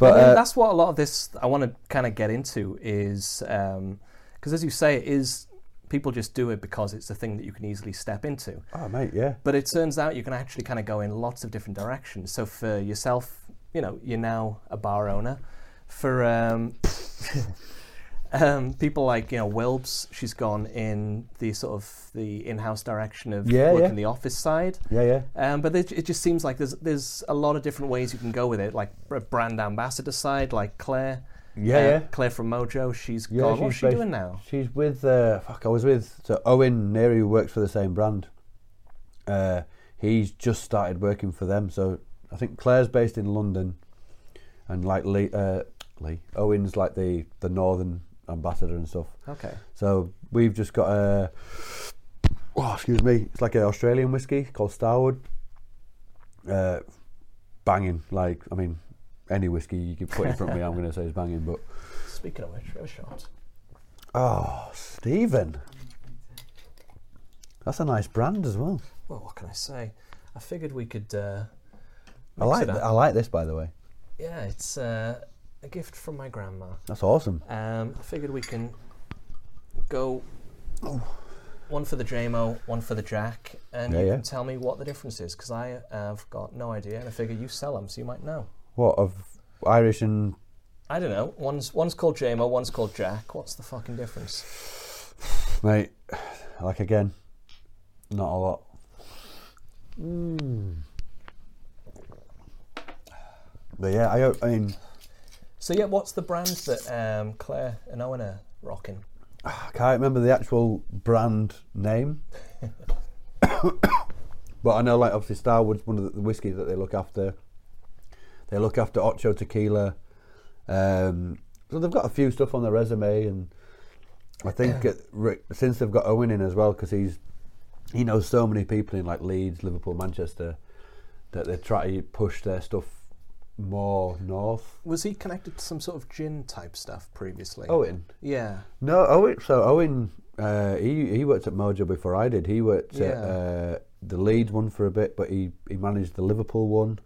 S2: mean,
S3: uh,
S2: that's what a um, lot of this I want to kind of get into is because, as you say, it is People just do it because it's a thing that you can easily step into.
S3: Oh, mate, yeah.
S2: But it turns out you can actually kind of go in lots of different directions. So for yourself, you know, you're now a bar owner. For um, um, people like you know Wilbs, she's gone in the sort of the in-house direction of
S3: Yeah,
S2: working
S3: yeah.
S2: the office side.
S3: Yeah, yeah.
S2: Um, but it, it just seems like there's there's a lot of different ways you can go with it. Like a brand ambassador side, like Claire.
S3: Yeah,
S2: Uh,
S3: yeah.
S2: Claire from Mojo. She's
S3: Yeah,
S2: gone. What's she
S3: based-
S2: doing now?
S3: She's with uh, fuck. I was with so Owen Neary, who works for the same brand. Uh, he's just started working for them. So I think Claire's based in London, and like Lee, uh, Lee Owen's like the the northern ambassador and stuff.
S2: Okay.
S3: So we've just got a. Oh, excuse me. It's like an Australian whiskey called Starwood. Uh, banging. Like I mean, any whiskey you could put in front of me, I'm going to say is banging. But
S2: Speaking of which, have a shot.
S3: Oh, Stephen. That's a nice brand as well.
S2: Well, what can I say? I figured we could. Uh,
S3: I
S2: mix
S3: like
S2: it
S3: th-
S2: up.
S3: I like this by the way.
S2: Yeah, it's uh, a gift from my grandma.
S3: That's awesome.
S2: Um, I figured we can go one for the JMO, one for the Jack, and
S3: Oh. Yeah,
S2: you
S3: yeah.
S2: can tell me what the difference is because I have got no idea, and I figure you sell them, so you might know.
S3: What of Irish and
S2: I don't know. One's one's called JMO, one's called Jack. What's the fucking difference?
S3: mate? Like again, not a lot. But yeah, I, o- I mean,
S2: So yeah, what's the brand that um, Claire and Owen are rocking?
S3: I can't remember the actual brand name, but I know like obviously Starwood's one of the, the whiskies that they look after. They look after Ocho Tequila, um, so they've got a few stuff on their resume, and I think it, re- since they've got Owen in as well because he's he knows so many people in like Leeds, Liverpool, Manchester that they try to push their stuff more north.
S2: Was he connected to some sort of gin type stuff previously?
S3: Owen,
S2: yeah.
S3: No, Owen. So Owen, uh, he he worked at Mojo before I did. He worked at
S2: Yeah.
S3: uh, the Leeds one for a bit, but he he managed the Liverpool one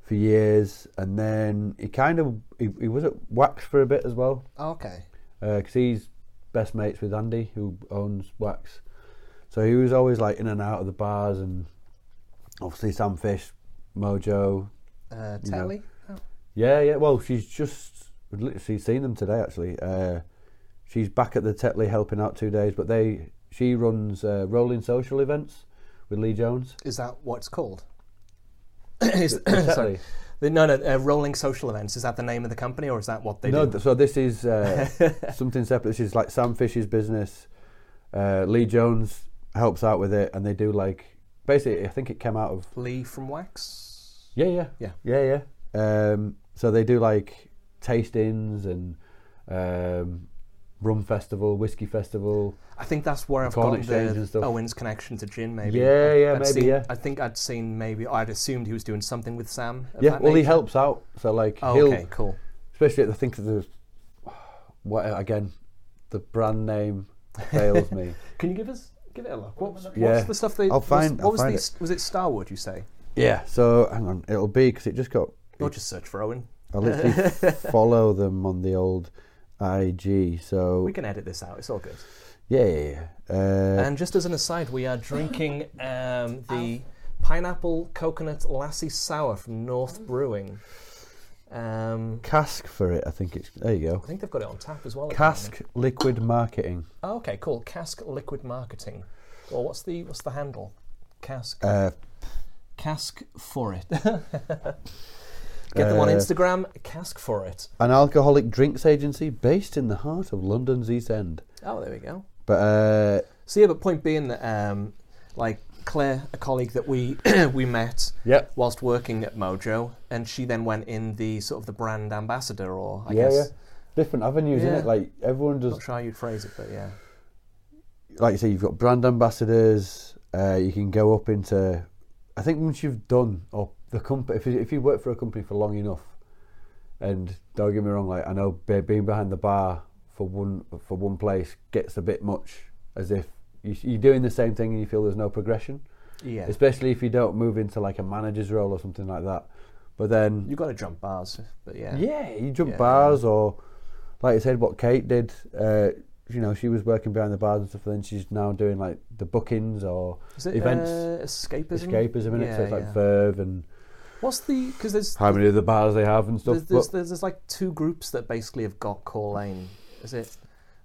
S3: for years, and then he kind of he, he was at Wax for a bit as well
S2: Okay.
S3: because he's best mates with Andy, who owns Wax. So he was always like in and out of the bars, and obviously Sam Fish, Mojo.
S2: Uh,
S3: You know.
S2: Telly. Oh.
S3: Yeah, yeah. Well, she's just we've literally seen them today. Actually, uh, she's back at the Tetley helping out two days, but they she runs uh, rolling social events with Lee Jones.
S2: Is that what it's called? Is- sorry.
S3: Tetley.
S2: The- No, no, uh, Rolling Social Events. Is that the name of the company or is that what they
S3: no,
S2: do?
S3: th- so this is uh, something separate. This is like Sam Fish's business. Uh, Lee Jones helps out with it, and they do like basically. I think it came out of
S2: Lee from Wax?
S3: Yeah, yeah,
S2: Yeah.
S3: yeah, yeah. Um, so they do like tastings and um, rum festival, whiskey festival.
S2: I think that's where I've
S3: Corn
S2: got
S3: exchange and
S2: the
S3: stuff.
S2: Owen's connection to Gin, maybe.
S3: Yeah,
S2: I-
S3: yeah,
S2: I'd
S3: maybe,
S2: seen-
S3: yeah.
S2: I think I'd seen maybe, I'd assumed he was doing something with Sam. of
S3: yeah,
S2: that
S3: well, he
S2: nature.
S3: helps out. So like
S2: Oh,
S3: he'll,
S2: okay, cool.
S3: especially at the think of the what again, the brand name fails me.
S2: Can you give us, give it a look? What's, what's
S3: Yeah.
S2: the stuff they,
S3: I'll find-
S2: was,
S3: I'll
S2: what was
S3: find
S2: the,
S3: it.
S2: was it Starwood, you say?
S3: Yeah, so hang on, it'll be because it just got.
S2: Or just search for Owen.
S3: I literally follow them on the old IG. So
S2: We can edit this out, it's all good.
S3: yeah, yeah, yeah. Uh,
S2: And just as an aside, we are drinking um, the pineapple coconut lassie sour from North Brewing. Um,
S3: cask for it. I think it's there. You go.
S2: I think they've got it on tap as well. at the moment.
S3: Cask liquid marketing.
S2: Oh, okay, cool. Cask Liquid Marketing. Well, what's the what's the handle? Cask.
S3: Uh,
S2: cask for it. Get them on
S3: Uh,
S2: Instagram. Cask for it.
S3: an alcoholic drinks agency based in the heart of London's East End.
S2: Oh, there we go.
S3: But uh,
S2: So yeah, but point being that, um, like Claire, a colleague that we we met
S3: Yep.
S2: whilst working at Mojo, and she then went in the sort of the brand ambassador, or I
S3: yeah, yeah,
S2: guess
S3: different avenues in
S2: Yeah.
S3: it. Like everyone does.
S2: not sure how you'd phrase it, but yeah,
S3: Like you say, you've got brand ambassadors. Uh, you can go up into. I think once you've done or the company, if you, if you work for a company for long enough, and don't get me wrong, like I know be- being behind the bar for one for one place gets a bit much, as if you, you're doing the same thing and you feel there's no progression.
S2: yeah.
S3: especially if you don't move into like a manager's role or something like that. But then,
S2: You've got to jump bars, but yeah,
S3: yeah, you jump
S2: Yeah.
S3: bars or, like I said, what Kate did. Uh, you know, she was working behind the bars and stuff. And then she's now doing like the bookings or
S2: Is it
S3: events,
S2: uh, escapism?
S3: escapism in it. So
S2: Yeah,
S3: it's like
S2: yeah.
S3: Verve and
S2: What's the because there's
S3: how many of the bars they have and stuff.
S2: there's, there's, there's, there's like two groups that basically have got Core Lane. Is it?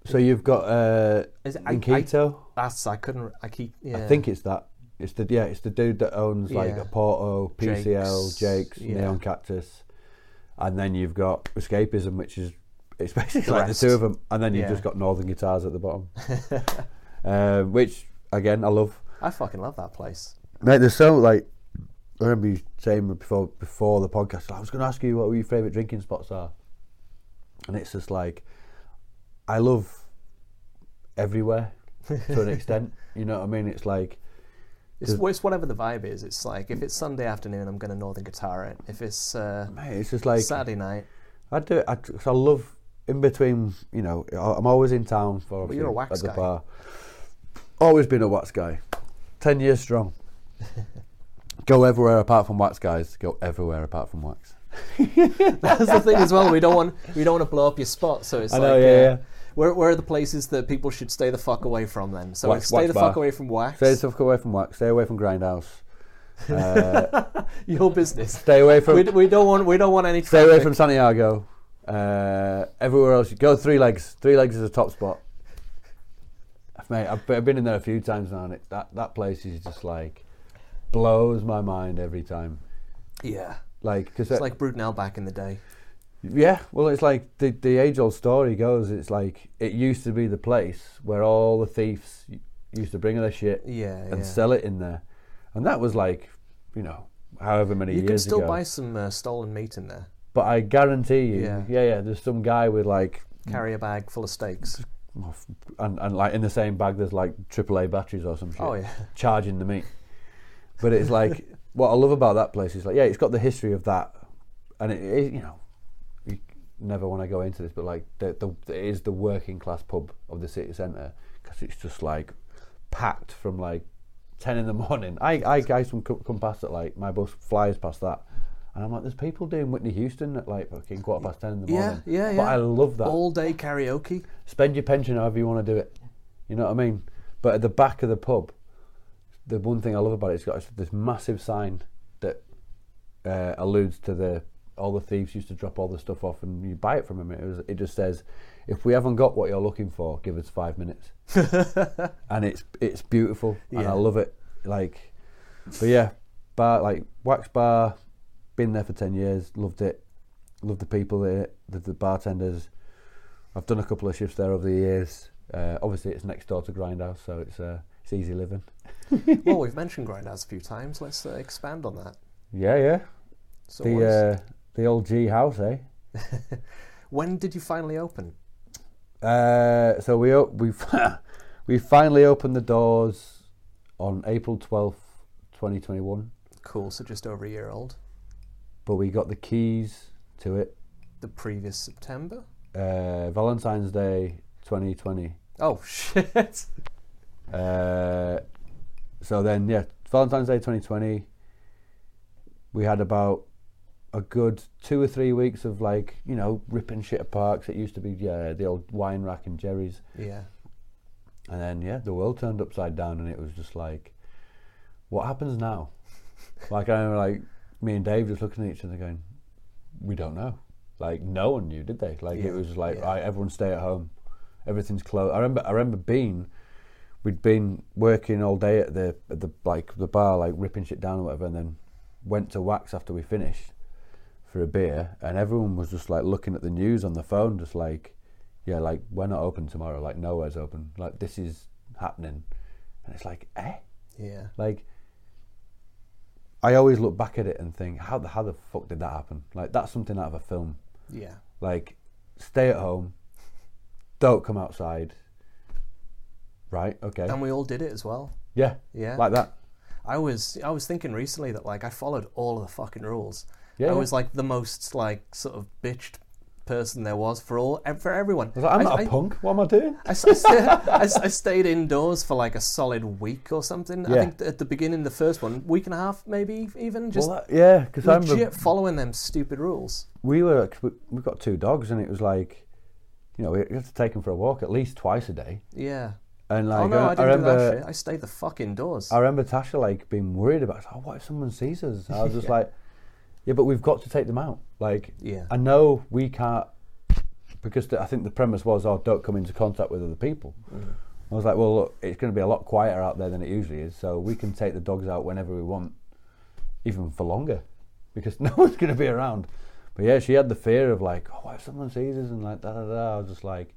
S3: But- so you've got uh,
S2: Is it I, I,
S3: Nikito.
S2: that's I couldn't. I keep. Yeah.
S3: I think it's that. It's the yeah, it's the dude that owns like
S2: Yeah.
S3: a Porto,
S2: Jake's,
S3: PCL, Jake's,
S2: yeah.
S3: Neon Cactus, and then you've got Escapism, which is it's basically
S2: The
S3: like
S2: rest.
S3: the two of them, and then you've
S2: Yeah.
S3: just got Northern Guitars at the bottom, uh, which again I love.
S2: I fucking love that place.
S3: Mate, there's so like I remember you saying before before the podcast. I was going to ask you what your favourite drinking spots are, and it's just like I love everywhere to an extent. You know what I mean? It's like
S2: It's,
S3: Does-
S2: well, it's whatever the vibe is. It's like if it's Sunday afternoon, I'm going to Northern Guitar it. If it's uh,
S3: mate, it's just like
S2: Saturday night,
S3: I do it. I, 'cause I love in between. You know, I- I'm always in town for.
S2: Well, you're a wax
S3: obviously at the
S2: guy.
S3: bar. Always been a wax guy. Ten years strong. Go everywhere apart from wax, guys. Go everywhere apart from wax.
S2: that's the thing as well. We don't want we don't want to blow up your spot. So it's
S3: I know,
S2: like,
S3: yeah,
S2: uh,
S3: yeah.
S2: Where, where are the places that people should stay the fuck away from? Then, so
S3: Wax-
S2: stay
S3: wax
S2: the
S3: bar.
S2: fuck away from wax.
S3: Stay the fuck away from wax. Stay away from grindhouse. Uh,
S2: your business.
S3: stay away from.
S2: We, d- we don't want we don't want any.
S3: stay away
S2: traffic.
S3: from Santiago. Uh, everywhere else, you go three legs. Three legs is a top spot. Mate, I've be- I've been in there a few times now, and it, that that place is just like blows my mind every time.
S2: Yeah,
S3: Like, cause
S2: it's
S3: it-
S2: like Brudnell back in the day.
S3: yeah, well, it's like the the age old story goes. It's like it used to be the place where all the thieves used to bring their shit
S2: Yeah,
S3: and
S2: yeah.
S3: sell it in there, and that was like, you know, however many
S2: you
S3: years
S2: can still
S3: ago.
S2: buy some uh, stolen meat in there.
S3: But I guarantee you, yeah.
S2: Yeah.
S3: yeah, there's some guy with like,
S2: Carry a bag full of steaks.
S3: and, and like in the same bag, there's like AAA batteries or some shit,
S2: Oh, yeah.
S3: charging the meat. But it's like, what I love about that place is like, yeah, it's got the history of that, and it, it you know, you never want to go into this, but like, the, the, it is the working class pub of the city centre because it's just like packed from like 10 in the morning. I, I, I some come, come past it, like, my bus flies past that. And I'm like, there's people doing Whitney Houston at like fucking quarter past ten in the
S2: Yeah,
S3: morning.
S2: yeah, yeah.
S3: But I love that
S2: All day karaoke.
S3: spend your pension however you want to do it. You know what I mean? But at the back of the pub, the one thing I love about it, it's got this massive sign that uh, alludes to the all the thieves used to drop all the stuff off and you buy it from them. It, was, it just says, "If we haven't got what you're looking for, give us five minutes." and it's it's beautiful and I
S2: Yeah.
S3: love it. Like, but yeah, bar like wax bar, been there for ten years, loved it, loved the people there, the, the bartenders. I've done a couple of shifts there over the years. Uh, obviously, it's next door to Grindhouse, so it's uh, it's easy living.
S2: well, we've mentioned Grindhouse a few times. Let's uh, expand on that.
S3: Yeah, yeah.
S2: So, what
S3: the
S2: is-
S3: uh, the old G house, eh?
S2: when did you finally open?
S3: Uh, so we o- we we finally opened the doors on April twelfth, twenty twenty one.
S2: Cool. So just over a year old.
S3: But we got the keys to it
S2: The previous September.
S3: uh, Valentine's Day twenty twenty.
S2: Oh shit.
S3: Uh, so then, yeah, Valentine's Day 2020, we had about a good two or three weeks of like, you know, ripping shit apart. 'cause it used to be, yeah, the old wine rack and Jerry's.
S2: Yeah.
S3: And then, yeah, the world turned upside down and it was just like, what happens now? like, I remember, like, me and Dave just looking at each other going, we don't know. Like, no one knew, did they? Like,
S2: Yeah,
S3: it was like,
S2: yeah.
S3: right, everyone stay at home. Everything's closed. I remember, I remember being, we'd been working all day at the, at the like, the bar, like, ripping shit down or whatever, and then went to Wax after we finished for a beer, and everyone was just like looking at the news on the phone, just like, yeah, like we're not open tomorrow, like nowhere's open, like this is happening, and it's like, eh,
S2: Yeah.
S3: like. I always look back at it and think, how the how the fuck did that happen? Like that's something out of a film.
S2: Yeah.
S3: Like, stay at home, don't come outside. Right? Okay.
S2: And we all did it as well.
S3: yeah.
S2: yeah.
S3: Like that.
S2: I was I was thinking recently that like I followed all of the fucking rules.
S3: Yeah,
S2: I
S3: yeah.
S2: was like the most like sort of bitched person there was for all ev- for everyone.
S3: I was like, I'm
S2: I-
S3: not a
S2: I-
S3: punk. What am I doing?
S2: I, s- I sta- I s- I stayed indoors for like a solid week or something. I
S3: Yeah.
S2: think at the beginning, the first one, week and a half, maybe even just
S3: well, that, yeah, because I'm
S2: legit following them stupid rules.
S3: we were we- we got two dogs and it was like you know, you have to take them for a walk at least twice a day.
S2: Yeah.
S3: And like,
S2: oh no,
S3: I,
S2: I,
S3: I
S2: didn't
S3: remember,
S2: do that shit. I stayed the fuck indoors.
S3: I remember Tasha like being worried about, oh, what if someone sees us? I was just like, yeah, but we've got to take them out. Like,
S2: Yeah.
S3: I know we can't because the, I think the premise was, oh, don't come into contact with other people. I was like, well, look, it's going to be a lot quieter out there than it usually is, so we can take the dogs out whenever we want, even for longer, because no one's going to be around. But yeah, she had the fear of like, oh, what if someone sees us and like da da da. I was just like,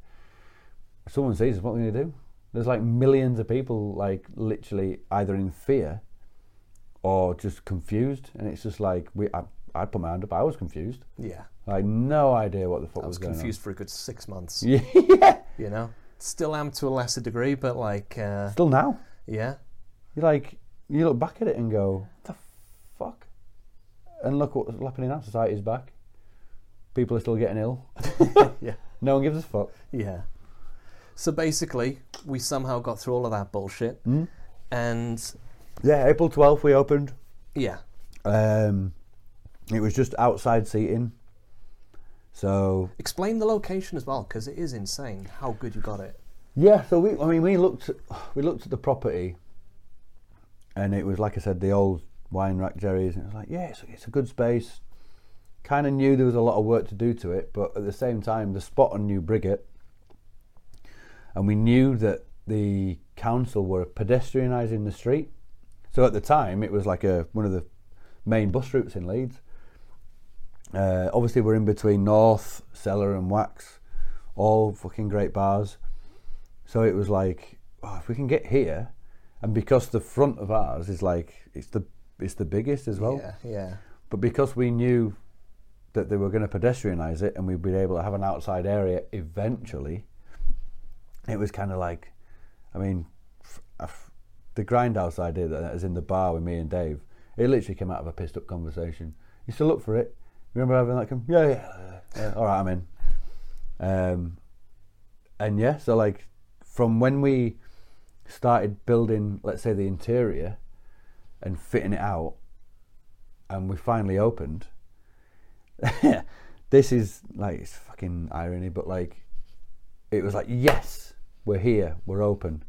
S3: if someone sees us, what are we going to do? There's like millions of people like literally either in fear or just confused, and it's just like we. I, I put my hand up. I was confused.
S2: yeah.
S3: Like no idea what the fuck
S2: I was
S3: going on.
S2: confused for a good six months.
S3: yeah,
S2: You know? Still am to a lesser degree, but like, uh,
S3: still now.
S2: yeah.
S3: You like you look back at it and go, the fuck, and look what's happening now. Society's back. People are still getting ill.
S2: Yeah.
S3: No one gives a fuck.
S2: Yeah. So basically, we somehow got through all of that bullshit.
S3: Hmm?
S2: And
S3: Yeah, April twelfth we opened.
S2: yeah,
S3: Um, it was just outside seating, so
S2: explain the location as well, because it is insane how good you got it.
S3: Yeah, so we I mean we looked we looked at the property and it was like I said, the old wine rack Jerry's and it was like, Yeah, it's, it's a good space. Kinda knew there was a lot of work to do to it, but at the same time the spot on New Brigate and we knew that the council were pedestrianising the street. So at the time it was like a one of the main bus routes in Leeds. Uh, obviously we're in between North, Cellar and Wax, all fucking great bars. So it was like, oh, if we can get here, and because the front of ours is like it's the it's the biggest as well.
S2: yeah, yeah.
S3: But because we knew that they were going to pedestrianise it, and we'd be able to have an outside area eventually, it was kind of like, I mean, f- I f- the grindhouse idea that is in the bar with me and Dave. It literally came out of a pissed up conversation. You still look for it. Remember having that? Come, yeah, yeah, yeah. All right, I'm in. Um, and yeah, so like from when we started building, let's say the interior and fitting it out, and we finally opened. this is like it's fucking irony, but like it was like yes, we're here, we're open,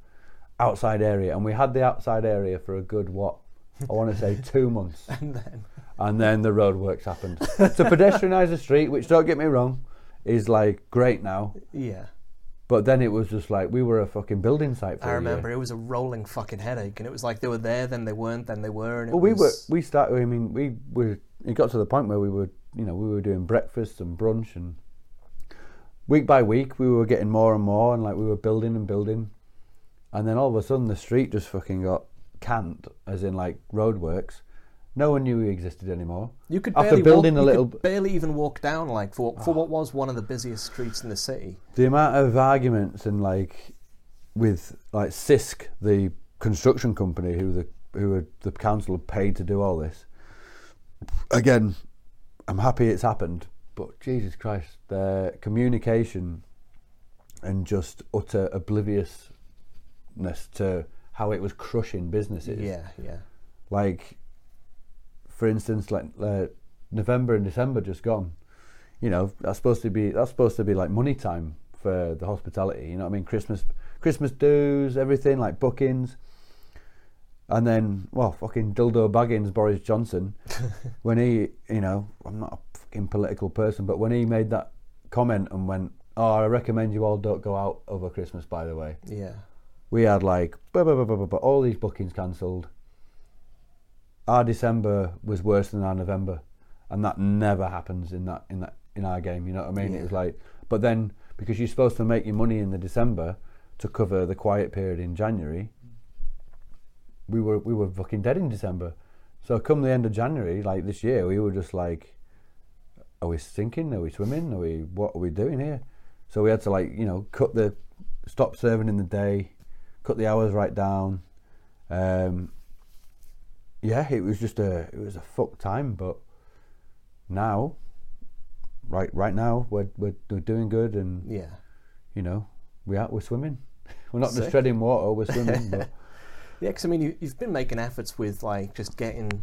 S3: outside area, and we had the outside area for a good what I want to say two months, and then and then the roadworks happened to pedestrianise the street, which don't get me wrong, is like great now,
S2: Yeah.
S3: but then it was just like we were a fucking building site. For
S2: I
S3: a year.
S2: remember it was a rolling fucking headache, and it was like they were there, then they weren't, then they were, and it
S3: Well, we were
S2: was
S3: we started. I mean, we were. It got to the point where we were, you know, we were doing breakfast and brunch, and week by week we were getting more and more, and like we were building and building, and then all of a sudden the street just fucking got canned, as in like roadworks. No one knew we existed anymore.
S2: you could barely
S3: after building
S2: walk,
S3: a
S2: you
S3: little. Ah.
S2: could barely even walk down like for for what was one of the busiest streets in the city.
S3: the amount of arguments and like with like Sisk, the construction company who the who had, the council had paid to do all this. Again, I'm happy it's happened, but Jesus Christ, their communication and just utter obliviousness to how it was crushing businesses
S2: Yeah, yeah,
S3: like for instance like uh, november and december just gone you know that's supposed to be that's supposed to be like money time for the hospitality you know what i mean christmas christmas dues everything like bookings and then well fucking dildo baggins boris johnson when he you know i'm not a fucking political person but when he made that comment and went oh i recommend you all don't go out over christmas by the way
S2: yeah.
S3: we had like blah, blah, blah, blah, blah, blah, all these bookings cancelled. Our December was worse than our November, and that never happens in that in that in our game. You know what I mean? It was like, but then because you're supposed to make your money in the December to cover the quiet period in January, we were we were fucking dead in December. So come the end of January, like this year, we were just like, are we sinking? Are we swimming? Are we what are we doing here? So we had to like you know cut the stop serving in the day, cut the hours right down. Um, yeah, it was just a it was a fuck time, but now, right right now we're we're, we're doing good and
S2: Yeah.
S3: you know we are we're swimming. We're not
S2: Sick.
S3: just treading water, we're swimming. but
S2: Yeah, 'cause I mean, you, you've been making efforts with like just getting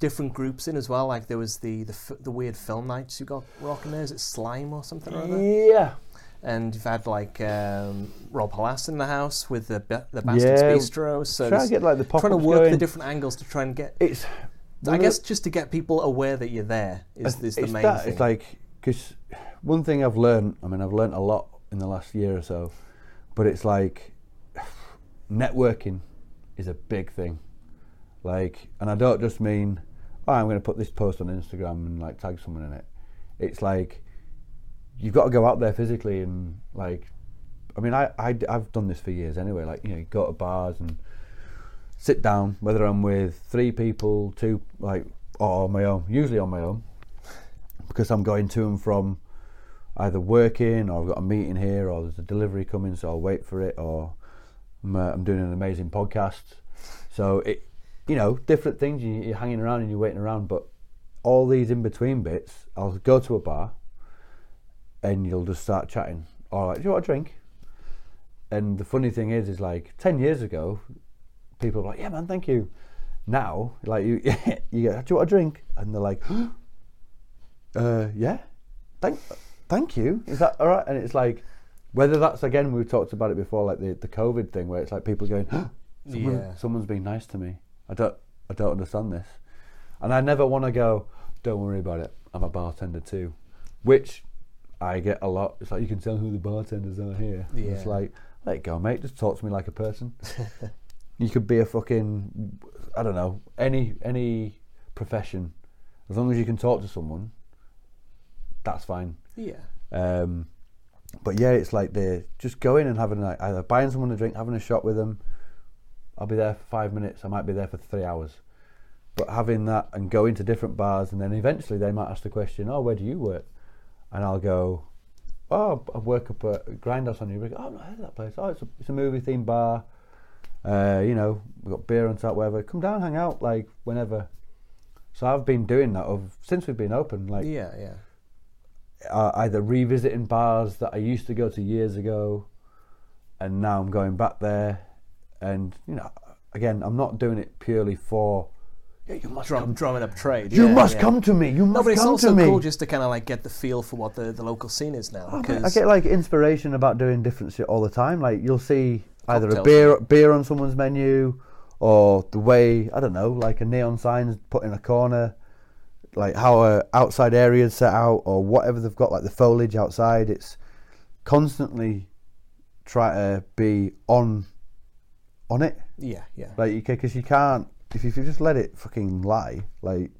S2: different groups in as well. Like there was the the, f- the weird film nights you got rocking there. Is it slime or something or other?
S3: yeah,
S2: and you've had like um, Rob Halas in the house with the ba- the Bastards
S3: Yeah,
S2: Bistro. So
S3: try
S2: there's-
S3: and get like the pop
S2: trying to work the different angles to try and get.
S3: It's. one
S2: I
S3: of the-
S2: guess just to get people aware that you're there is, is the
S3: it's
S2: main
S3: that,
S2: thing.
S3: It's like because one thing I've learned. I mean, I've learned a lot in the last year or so, but it's like networking is a big thing. Like, and I don't just mean oh, I'm going to put this post on Instagram and like tag someone in it. It's like you've got to go out there physically and like. I mean, I, I have done this for years anyway. Like, you know, you go to bars and sit down, whether I'm with three people, two, like, or on my own, usually on my own, because I'm going to and from either working or I've got a meeting here or there's a delivery coming, so I'll wait for it, or I'm, uh, I'm doing an amazing podcast. So it, you know, different things. You, you're hanging around and you're waiting around, but all these in between bits, I'll go to a bar, and you'll just start chatting. All right, do you want a drink? And the funny thing is, is like ten years ago, people were like, "Yeah, man, thank you." Now, like you, you go, "Do you want a drink?" And they're like, uh, "Yeah, thank, thank you." Is that all right? And it's like, whether that's again, we've talked about it before, like the the COVID thing, where it's like people going, Someone,
S2: Yeah.
S3: "Someone's been nice to me." I don't, I don't understand this, and I never want to go. Don't worry about it. I'm a bartender too, which I get a lot. It's like you can tell who the bartenders are here. And It's
S2: Yeah.
S3: like, let it go, mate. Just talk to me like a person. you could be a fucking, I don't know, any any profession. As long as you can talk to someone, that's fine.
S2: yeah.
S3: Um, but yeah, it's like they're just going and having like either buying someone a drink, having a shot with them. I'll be there for five minutes. I might be there for three hours. But having that and going to different bars, and then eventually they might ask the question, "Oh, where do you work?" And I'll go, "Oh, I work up at Grindhouse on Newbury." Oh, I've not heard of that place. Oh, it's a, it's a movie themed bar. Uh, you know, we've got beer on tap, whatever. Come down, hang out, like whenever. So I've been doing that of since we've been open. Like
S2: Yeah, yeah.
S3: uh, either revisiting bars that I used to go to years ago, and now I'm going back there. And you know, again, I'm not doing it purely for. Yeah, you must
S2: Drum,
S3: come.
S2: drumming up trade.
S3: you
S2: yeah,
S3: must
S2: yeah.
S3: come to me. You
S2: No,
S3: must
S2: but it's
S3: come
S2: also
S3: to me. Oh,
S2: cool just to kind of like get the feel for what the, the local scene is now.
S3: I get- I
S2: 'cause-
S3: get like inspiration about doing different shit all the time. Like you'll see either a
S2: Cocktails.
S3: beer beer on someone's menu, or the way I don't know, like a neon sign's put in a corner, like how a outside area's set out, or whatever they've got, like the foliage outside. It's constantly try to be on on it.
S2: yeah, yeah.
S3: Like you because you can't if you, if you just let it fucking lie, like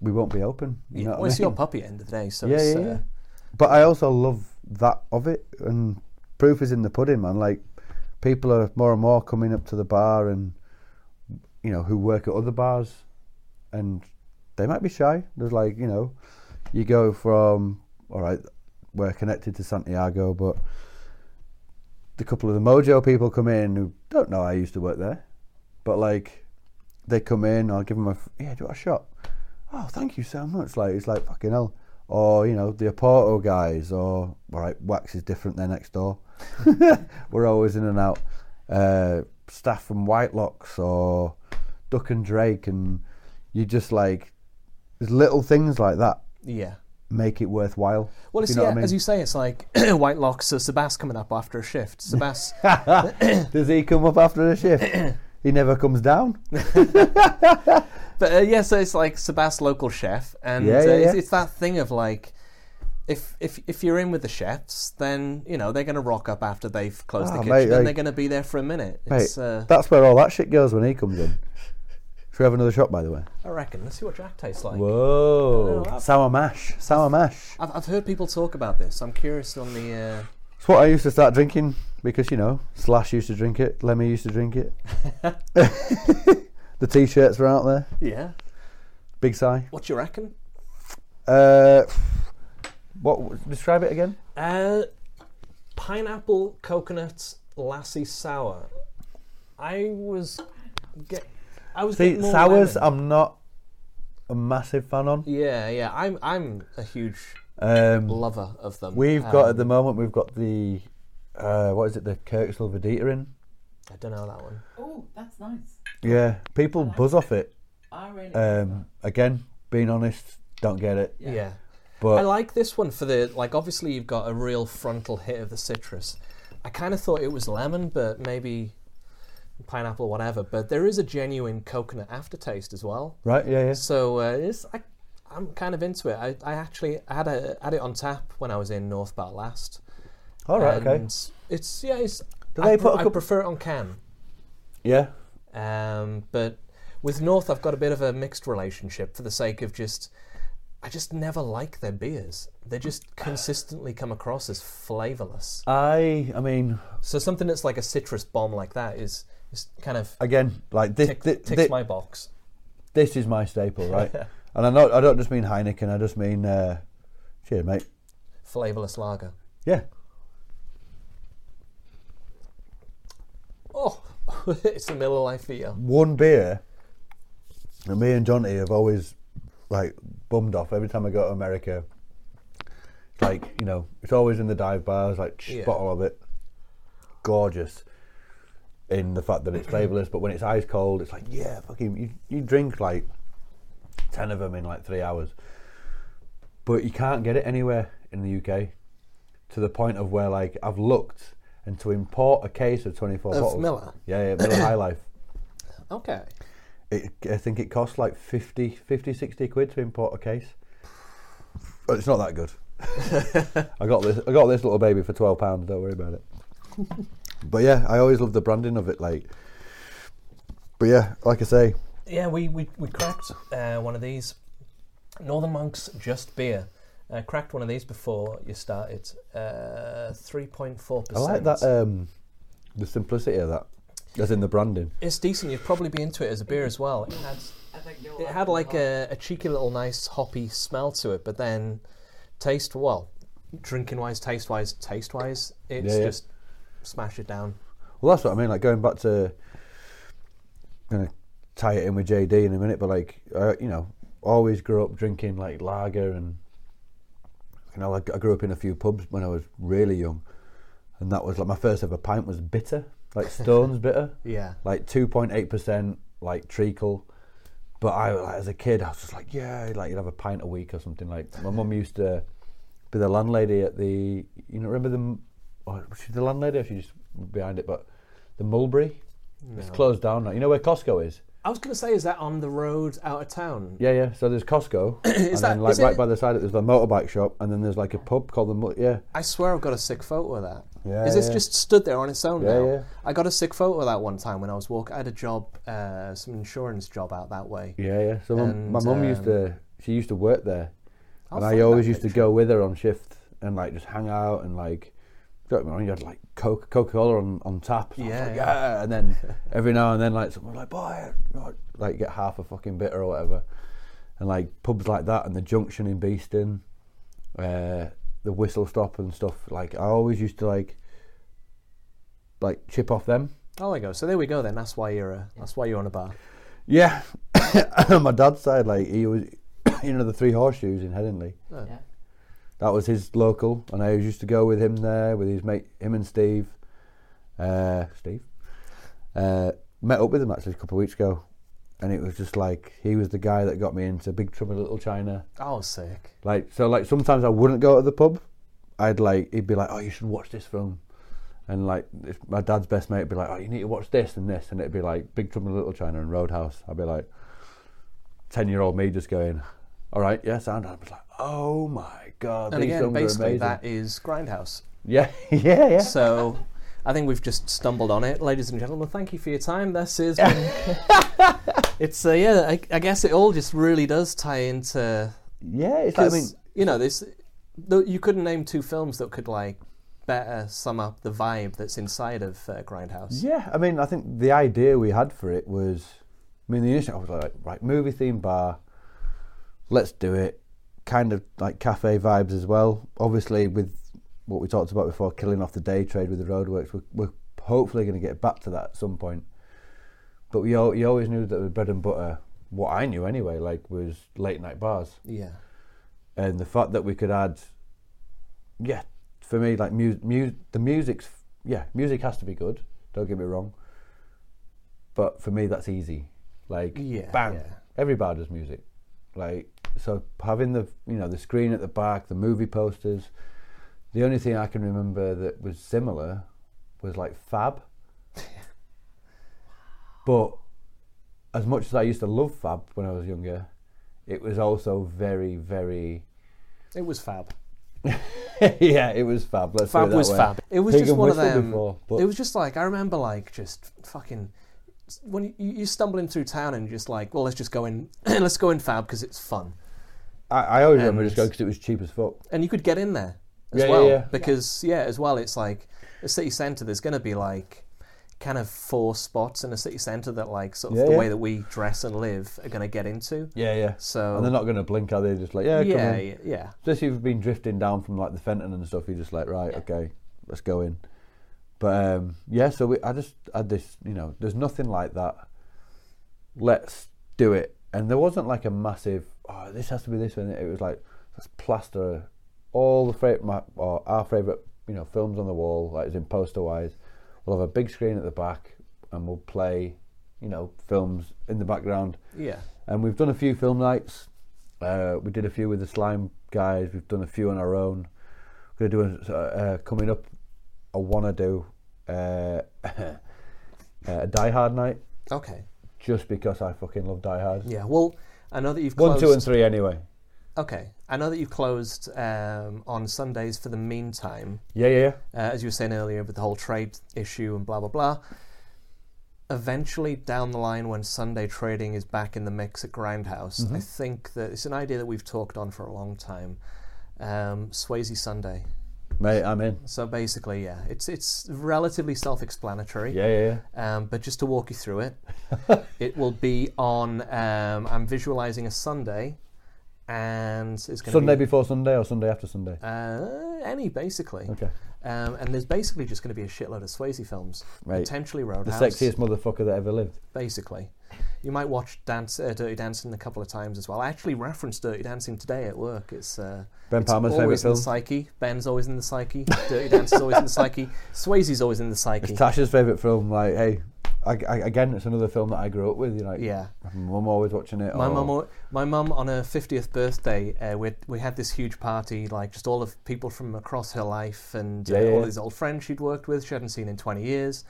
S3: we won't be open. You
S2: yeah.
S3: know what
S2: Well,
S3: I
S2: it's your
S3: mean?
S2: puppy at the end of the day, so
S3: yeah,
S2: it's,
S3: yeah, yeah.
S2: Uh,
S3: But I also love that of it, and proof is in the pudding, man. Like people are more and more coming up to the bar, and you know who work at other bars, and they might be shy. There's like you know, you go from all right, we're connected to Santiago, but the couple of the Mojo people come in who don't know I used to work there, but like they come in, I'll give them a f- yeah, do you want a shot? Oh, thank you so much. Like it's like fucking hell. Or you know the Oporto guys, or all right, Wax is different. They're next door. We're always in and out. Uh, staff from Whitelocks or Duck and Drake, and you just like there's little things like that
S2: yeah.
S3: make it worthwhile.
S2: Well,
S3: Do
S2: it's,
S3: you know
S2: yeah,
S3: what I mean?
S2: as you say, it's like White Lock, so Sebas coming up after a shift. Sebas,
S3: Does he come up after the shift? he never comes down.
S2: But uh, yeah, so it's like Sebas local chef, and
S3: Yeah,
S2: uh,
S3: yeah,
S2: It's,
S3: yeah.
S2: it's that thing of like, if if if you're in with the chefs, then you know they're going to rock up after they've closed
S3: Ah,
S2: the kitchen,
S3: mate, like-
S2: and they're going to be there for a minute. It's,
S3: Mate,
S2: uh,
S3: that's where all that shit goes when he comes in. Should we have another shot, by the way?
S2: I reckon. Let's see what Jack tastes like.
S3: Whoa! Sour mash, sour mash.
S2: I've, I've heard people talk about this. I'm curious on the. Uh,
S3: It's what I used to start drinking because you know Slash used to drink it, Lemmy used to drink it. the t-shirts were out there.
S2: yeah.
S3: Big sigh.
S2: What do you reckon?
S3: Uh, what? Describe it again.
S2: Uh, pineapple coconut lassie sour. I was get. I was
S3: See,
S2: getting more
S3: sours,
S2: lemon.
S3: I'm not a massive fan on.
S2: yeah, yeah. I'm I'm a huge
S3: Um,
S2: lover of them.
S3: We've got at
S2: Um,
S3: the moment. We've got the uh, what is it? The Kirksville Vedita in.
S2: I don't know that one.
S4: Oh, that's nice.
S3: Yeah, people buzz off it.
S4: I really.
S3: Um, again, being honest, don't get it.
S2: Yeah.
S3: But
S2: I like this one for the like. Obviously, you've got a real frontal hit of the citrus. I kind of thought it was lemon, but maybe pineapple, whatever. But there is a genuine coconut aftertaste as well.
S3: right, yeah, yeah.
S2: So uh, it's, I, I'm kind of into it. I, I actually had a had it on tap when I was in North Bat last.
S3: All right, okay.
S2: And It's yeah. It's.
S3: Do
S2: I
S3: they
S2: pre-
S3: put a
S2: I
S3: couple-
S2: prefer it on can,
S3: Yeah,
S2: um, but with North, I've got a bit of a mixed relationship for the sake of just. I just never like their beers. They just consistently come across as flavourless.
S3: I, I mean,
S2: So something that's like a citrus bomb like that is is kind of
S3: again, like this,
S2: tick,
S3: thi-
S2: ticks
S3: thi-
S2: my box.
S3: this is my staple, right? and I know I don't just mean Heineken. I just mean, uh, cheers, mate.
S2: Flavourless lager.
S3: Yeah,
S2: Oh, it's a Miller Lite for you.
S3: one beer. And me and Johnny have always like bummed off every time I go to America. It's Like you know, it's always in the dive bars. Like tsh,
S2: Yeah.
S3: bottle of it, gorgeous. In the fact that it's flavourless, but when it's ice cold, it's like yeah, fucking you. You drink like ten of them in like three hours, but you can't get it anywhere in the UK. To the point of where like I've looked and to import a case of twenty four
S2: Of
S3: bottles.
S2: Miller?
S3: Yeah, yeah, Miller High Life
S2: Okay.
S3: it, I think it costs like 50, 50, 60 quid to import a case. But it's not that good. I got this. I got this little baby for twelve pounds. Don't worry about it. but yeah, I always love the branding of it. Like, but yeah, like I say,
S2: Yeah, we we, we cracked uh, one of these Northern Monks Just Beer. Uh, cracked one of these before you started. Uh, Three point four
S3: I
S2: percent.
S3: like that. Um, the simplicity of that, as in the branding.
S2: it's decent. You'd probably be into it as a beer as well. It had
S4: I think you'll
S2: it had like a, a cheeky little nice hoppy smell to it, but then taste well, drinking wise, taste wise, taste wise, it's
S3: Yeah, yeah.
S2: just smash it down.
S3: Well, that's what I mean. Like going back to, gonna tie it in with JD in a minute, but like uh, you know, always grew up drinking like lager and you know, like I grew up in a few pubs when I was really young, and that was like my first ever pint was bitter, like Stones bitter,
S2: Yeah.
S3: like two point eight percent, like treacle. But I, like, as a kid, I was just like, yeah, like you'd have a pint a week or something. Like my mum used to be the landlady at the, you know, remember the, m- oh, was she the landlady or she just behind it? But the Mulberry, it's closed down now. You know where Costco is?
S2: I was gonna say, is that on the road out of town?
S3: Yeah, yeah. So there's Costco, and
S2: that-
S3: then like
S2: is
S3: right
S2: it-
S3: by the side, of it, there's the motorbike shop, and then there's like a pub called the, Mul- yeah.
S2: I swear I've got a sick photo of that.
S3: Yeah,
S2: Is this
S3: yeah.
S2: just stood there on its own
S3: Yeah,
S2: now?
S3: yeah.
S2: I got a sick photo of that one time when I was walking. I had a job, uh, some insurance job out that way.
S3: Yeah, yeah. So mum- my
S2: And,
S3: mum used
S2: um,
S3: to, she used to work there,
S2: I'll find
S3: and I
S2: that
S3: always used to
S2: picture.
S3: go with her on shift and like just hang out and like. Don't get me wrong, you had like Coca Coca Cola on, on tap. So I was
S2: Yeah,
S3: like,
S2: yeah.
S3: yeah. And then every now and then, like, someone was like, boy, I'd like get half a fucking bitter or whatever. And like pubs like that and the junction in Beeston, uh, the whistle stop and stuff. Like, I always used to like, like chip off them.
S2: Oh, there you go. So there we go. Then that's why you're a, that's why you're on a bar.
S3: Yeah. On my dad's side, like, he was, you know, the three horseshoes in Headingley.
S4: Yeah.
S3: that was his local, and I used to go with him there with his mate, him and Steve. Uh, Steve uh, met up with him actually a couple of weeks ago, and it was just like he was the guy that got me into Big Trouble in Little China.
S2: Oh, sick.
S3: Like so, like sometimes I wouldn't go to the pub. I'd like he'd be like, "Oh, you should watch this film," and like if my dad's best mate would be like, "Oh, you need to watch this and this," and it'd be like Big Trouble in Little China and Roadhouse. I'd be like, ten-year-old me just going, "All right, yeah, sound." I was like, "Oh my god,
S2: And
S3: these
S2: again,
S3: films are
S2: basically
S3: amazing."
S2: that is Grindhouse.
S3: Yeah, yeah, yeah.
S2: So I think we've just stumbled on it, ladies and gentlemen. Thank you for your time. This is. been- it's uh, yeah. I, I guess it all just really does tie into.
S3: yeah, it's like, I
S2: 'cause,
S3: mean,
S2: you know, this. Though you couldn't name two films that could like better sum up the vibe that's inside of uh, Grindhouse.
S3: yeah, I mean, I think the idea we had for it was, I mean, the initial I was like, right, movie theme bar, let's do it, kind of like cafe vibes as well. Obviously, with what we talked about before, killing off the day trade with the roadworks, we're, we're hopefully going to get back to that at some point. But we all, you always knew that the bread and butter, what I knew anyway, like was late night bars.
S2: Yeah.
S3: and the fact that we could add, yeah, for me, like mu- mu- the music's, yeah, music has to be good. Don't get me wrong. But for me, that's easy. Like,
S2: Yeah,
S3: bang,
S2: yeah.
S3: every bar does music. Like, so having the you know the screen at the back, the movie posters. The only thing I can remember that was similar was like Fab. but as much as I used to love Fab when I was younger, it was also very very
S2: It was fab.
S3: yeah, it was Fab. Let's put
S2: Fab
S3: it that
S2: was
S3: way.
S2: fab. It was
S3: Pig
S2: just
S3: and
S2: one of
S3: whistle
S2: them.
S3: before, but-
S2: it was just like I remember, like just fucking when you, you stumbling through town and you're just like, well, let's just go in, let's go in Fab because it's fun,
S3: I, I always remember
S2: And-
S3: just going because it was cheap as fuck.
S2: and you could get in there as
S3: Yeah, yeah,
S2: well
S3: yeah.
S2: because yeah. as well, it's like a city centre. There's going to be like kind of four spots in a city centre that like sort of
S3: Yeah,
S2: the
S3: yeah.
S2: way that we dress and live are going to get into.
S3: Yeah, yeah.
S2: So
S3: And they're not going to blink, are they? Just like, yeah, come
S2: yeah,
S3: in.
S2: yeah, yeah.
S3: Especially if you've been drifting down from like the Fenton and stuff, you're just like, right, okay, let's go in. But um, yeah, so we, I just had this, you know, there's nothing like that. Let's do it. And there wasn't like a massive, oh, this has to be this one. It was like, let's plaster all the fav- my, or our favourite, you know, films on the wall, like as in poster wise. We'll have a big screen at the back and we'll play, you know, films in the background
S2: yeah.
S3: and we've done a few film nights. Uh, we did a few with the slime guys. We've done a few on our own. We're gonna do a, uh, coming up. I wanna do uh, a Die Hard night
S2: Okay.
S3: just because I fucking love Die Hard.
S2: Yeah. Well, I know that you've
S3: One,
S2: closed.
S3: two, and three anyway.
S2: Okay. I know that you've closed um, on Sundays for the meantime,
S3: Yeah, yeah, yeah.
S2: uh, as you were saying earlier with the whole trade issue and blah, blah, blah. Eventually, down the line, when Sunday trading is back in the mix at Grindhouse,
S3: Mm-hmm.
S2: I think that it's an idea that we've talked on for a long time. Um, Swayze Sunday.
S3: Mate, I'm in.
S2: So basically, yeah, it's it's relatively self-explanatory.
S3: Yeah, yeah, yeah.
S2: Um, but just to walk you through it, it will be on. Um, I'm visualizing a Sunday, and it's going
S3: Sunday
S2: to be
S3: before Sunday or Sunday after Sunday.
S2: uh, any basically.
S3: Okay.
S2: Um, and there's basically just going to be a shitload of Swayze films,
S3: Right.
S2: potentially
S3: The
S2: Roadhouse.
S3: sexiest motherfucker that ever lived.
S2: basically. You might watch Dance, uh, Dirty Dancing a couple of times as well. I actually referenced Dirty Dancing today at work. It's uh,
S3: Ben
S2: it's
S3: Palmer's
S2: always
S3: favourite
S2: in
S3: film.
S2: the psyche. Ben's always in the psyche. Dirty Dancing's always in the psyche. Swayze's always in the
S3: It's
S2: psyche.
S3: Tasha's favourite film. Like, hey, I, I, again, it's another film that I grew up with. You know, like,
S2: Yeah.
S3: my mum always watching it.
S2: My
S3: or-
S2: mum, al- my mum, on her fiftieth birthday, uh, we we had this huge party, like just all of people from across her life and
S3: Yeah,
S2: uh,
S3: yeah,
S2: all
S3: yeah.
S2: these old friends she'd worked with, she hadn't seen in twenty years,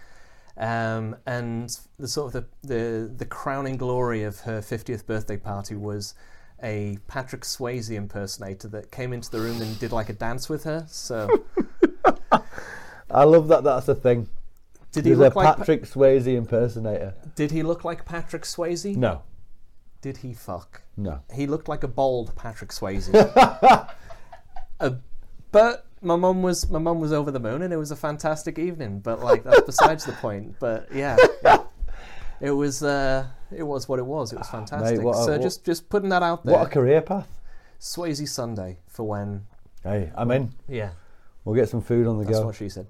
S2: um, and the sort of the the, the crowning glory of her fiftieth birthday party was a Patrick Swayze impersonator that came into the room and did like a dance with her. So
S3: I love that. That's the thing.
S2: did he
S3: He's a
S2: look like Pa-
S3: Patrick Swayze impersonator.
S2: did he look like Patrick Swayze?
S3: No,
S2: Did he fuck?
S3: no.
S2: he looked like a bald Patrick Swayze. uh, but my mum was my mum was over the moon, and it was a fantastic evening. But like that's besides the point. But yeah, it was uh, it was what it was. It was fantastic.
S3: Ah, what a-
S2: so
S3: what-
S2: just just putting that out there.
S3: What a career path.
S2: Swayze Sunday for when
S3: Hey, I'm in.
S2: yeah,
S3: We'll get some food on the
S2: that's
S3: go.
S2: what she said.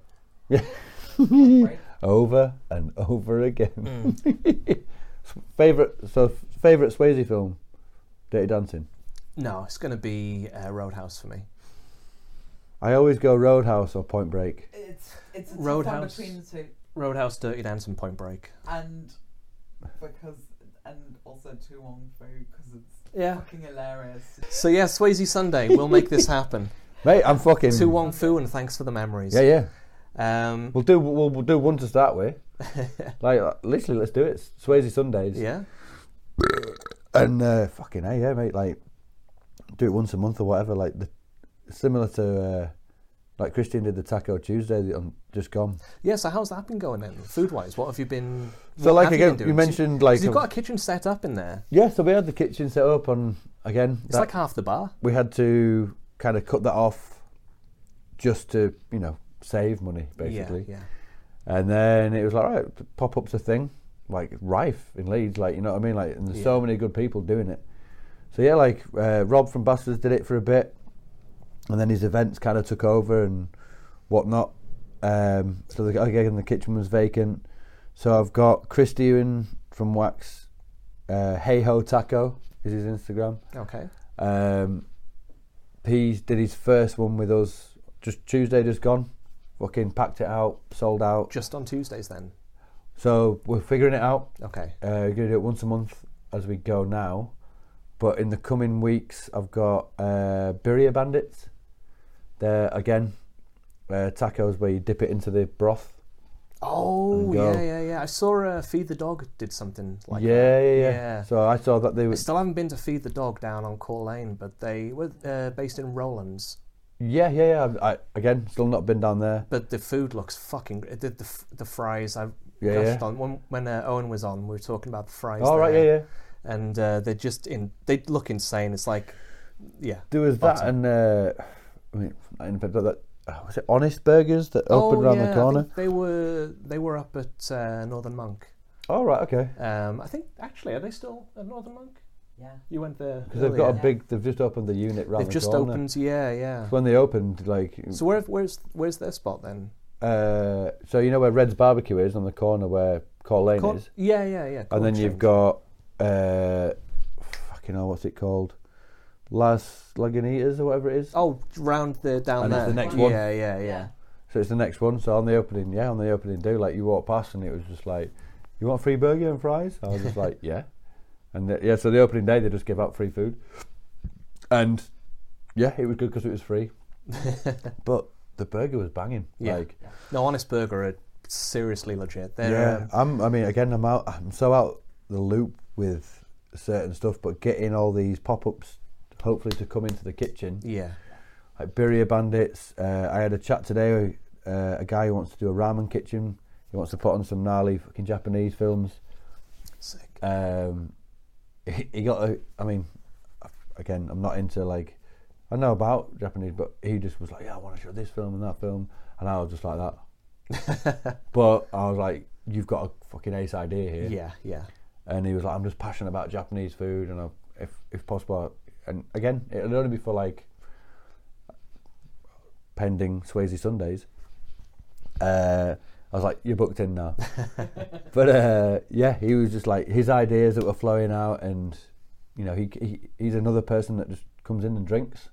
S3: Mm.
S4: Right?
S3: Over and over again.
S2: Mm.
S3: favorite so favorite Swayze film, Dirty Dancing.
S2: No, it's going to be uh, Roadhouse for me.
S3: I always go Roadhouse or Point Break.
S4: It's it's a tough one
S2: Roadhouse.
S4: between the two,
S2: Roadhouse, Dirty Dancing, Point Break.
S4: and because and also too long food because it's
S2: Yeah.
S4: fucking hilarious.
S2: So yeah, Swayze Sunday. We'll make this happen.
S3: Mate, I'm fucking.
S2: to Wong Fu and thanks for the memories.
S3: Yeah, yeah.
S2: Um,
S3: We'll do we'll, we'll do one to start with. like literally, let's do it. Swayze Sundays.
S2: yeah.
S3: And uh, fucking hey, yeah, mate. Like, do it once a month or whatever. Like, the, similar to uh, like Christian did the Taco Tuesday the- on just gone.
S2: Yeah, so how's that been going then, food wise? What have you been?
S3: So,
S2: what
S3: like
S2: have
S3: again,
S2: been
S3: you,
S2: doing? 'Cause
S3: mentioned like
S2: 'cause you've
S3: a-
S2: got a kitchen set up in there.
S3: yeah. So we had the kitchen set up on again.
S2: It's
S3: that-
S2: like half the bar.
S3: we had to kind of cut that off just to you know save money basically.
S2: Yeah, yeah.
S3: And then it was like right, pop ups a thing like rife in Leeds, like you know what I mean. Like, and there's so many good people doing it. So yeah, like uh, Rob from Bastards did it for a bit, and then his events kind of took over and whatnot. Um, so the, again, the kitchen was vacant. So I've got Chris Ewan from Wax. Uh, hey ho taco is his Instagram.
S2: Okay.
S3: Um, he did his first one with us just Tuesday, just gone. Fucking packed it out, sold out.
S2: Just on Tuesdays then.
S3: So we're figuring it out.
S2: Okay.
S3: Uh, we're gonna do it once a month as we go now, But in the coming weeks, I've got uh, Birria Bandits. They're again uh, tacos where you dip it into the broth.
S2: Oh
S3: And go.
S2: yeah, yeah, yeah. I saw uh, Feed the Dog did something like
S3: yeah,
S2: that.
S3: yeah, yeah, So I saw that they
S2: I
S3: were.
S2: still haven't been to Feed the Dog down on Core Lane, but they were uh, based in Rollins.
S3: Yeah, yeah, yeah. I, I, again, still not been down there.
S2: But the food looks fucking. gr- The the, f- the fries I
S3: Yeah,
S2: gushed
S3: yeah.
S2: on when when uh, Owen was on. We were talking about the fries.
S3: All right,
S2: there,
S3: yeah, yeah.
S2: And uh, they're just in. They look insane. It's like, yeah.
S3: There was that
S2: Bottom.
S3: and uh, I mean, not independent, but that uh, was it Honest Burgers that opened
S2: oh,
S3: around
S2: yeah,
S3: the
S2: I
S3: corner.
S2: think They were they were up at uh, Northern Monk.
S3: All right, okay.
S2: Um, I think actually are they still at Northern Monk?
S4: Yeah.
S2: You went there.
S3: Because they've got a
S2: earlier.
S4: Yeah.
S3: big. They've just opened the unit round
S2: Oh, They've
S3: the
S2: just
S3: corner.
S2: opened. Yeah, yeah.
S3: When they opened, like,
S2: So where where's where's their spot then?
S3: uh, so you know where Red's Barbecue is on the corner where Core Lane
S2: Cor-
S3: is,
S2: yeah, yeah, yeah.
S3: and then you've
S2: Cornchins.
S3: got uh, fucking hell, what's it called? Las Lagunitas or whatever it is.
S2: oh round the down
S3: And it's
S2: there.
S3: the next
S2: yeah,
S3: one.
S2: Yeah, yeah, yeah.
S4: Yeah.
S3: So it's the next one. So on the opening, yeah, on the opening day, like you walk past and it was just like, you want free burger and fries? I was just like, yeah. And the, yeah, so the opening day they just give out free food, and yeah, it was good because it was free. but the burger was banging.
S2: Yeah.
S3: Like,
S2: No, Honest Burger are seriously legit. They're
S3: yeah,
S2: um,
S3: I'm. I mean, again, I'm out. I'm so out the loop with certain stuff, but getting all these pop-ups, hopefully to come into the kitchen.
S2: yeah.
S3: like Birria Bandits. Uh, I had a chat today. Uh, a guy who wants to do a ramen kitchen. He wants to put on some gnarly fucking Japanese films.
S2: Sick.
S3: Um, he, he got. A, I mean, again, I'm not into like. I know about Japanese, but he just was like, "Yeah, I want to show this film and that film," and I was just like that. but I was like, "You've got a fucking ace idea here."
S2: Yeah, yeah.
S3: and he was like, "I'm just passionate about Japanese food, and I, if if possible, I, and again, it'll only be for like pending Swayze Sundays." Uh, I was like, "You're booked in now," but uh, yeah, he was just like his ideas that were flowing out, and you know, he, he he's another person that just comes in and drinks,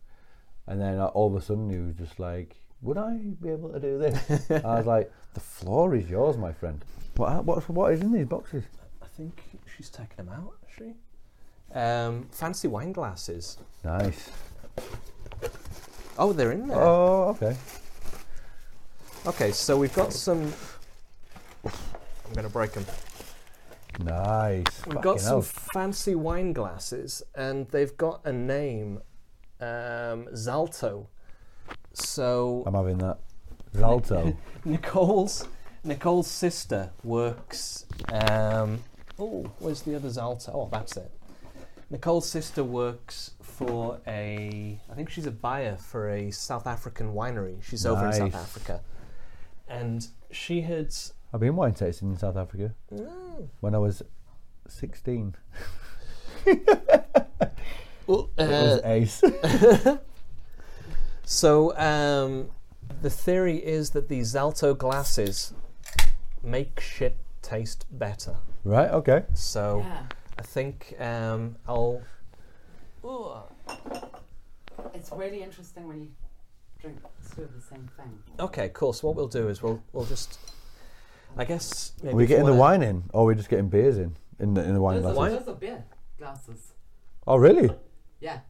S3: and then uh, all of a sudden he was just like. Would I be able to do this? I was like, the floor is yours, my friend. What, what, what is in these boxes?
S2: I think she's taken them out. Has she? Um, fancy wine glasses.
S3: Nice.
S2: Oh, they're in there.
S3: Oh, okay.
S2: Okay, so we've got some. I'm going to break them.
S3: Nice.
S2: We've
S3: Fucking
S2: got some
S3: hell.
S2: fancy wine glasses, and they've got a name, um, Zalto. So
S3: I'm having that. Zalto.
S2: Nicole's Nicole's sister works. Um, oh, where's the other Zalto? Oh, that's it. Nicole's sister works for a. I think she's a buyer for a South African winery. She's over in South
S3: Nice.
S2: Africa, and she had.
S3: I've been wine tasting in South Africa
S2: Mm,
S3: when I was 16.
S2: well,
S3: It
S2: uh,
S3: was ace.
S2: So um, the theory is that these Zalto glasses make shit taste better.
S3: right, okay.
S2: So
S5: Yeah.
S2: I think um, I'll. Ooh.
S5: It's really interesting when you drink two of the same thing.
S2: Okay, cool. So what we'll do is we'll we'll just. I guess. Maybe
S3: Are we
S2: if
S3: getting
S2: you
S3: the
S2: wanna-
S3: wine in, or are we just getting beers in? In the, in the wine
S5: Those
S3: glasses?
S5: are,
S2: wine-
S5: those are beer glasses.
S3: Oh, really?
S5: Yeah.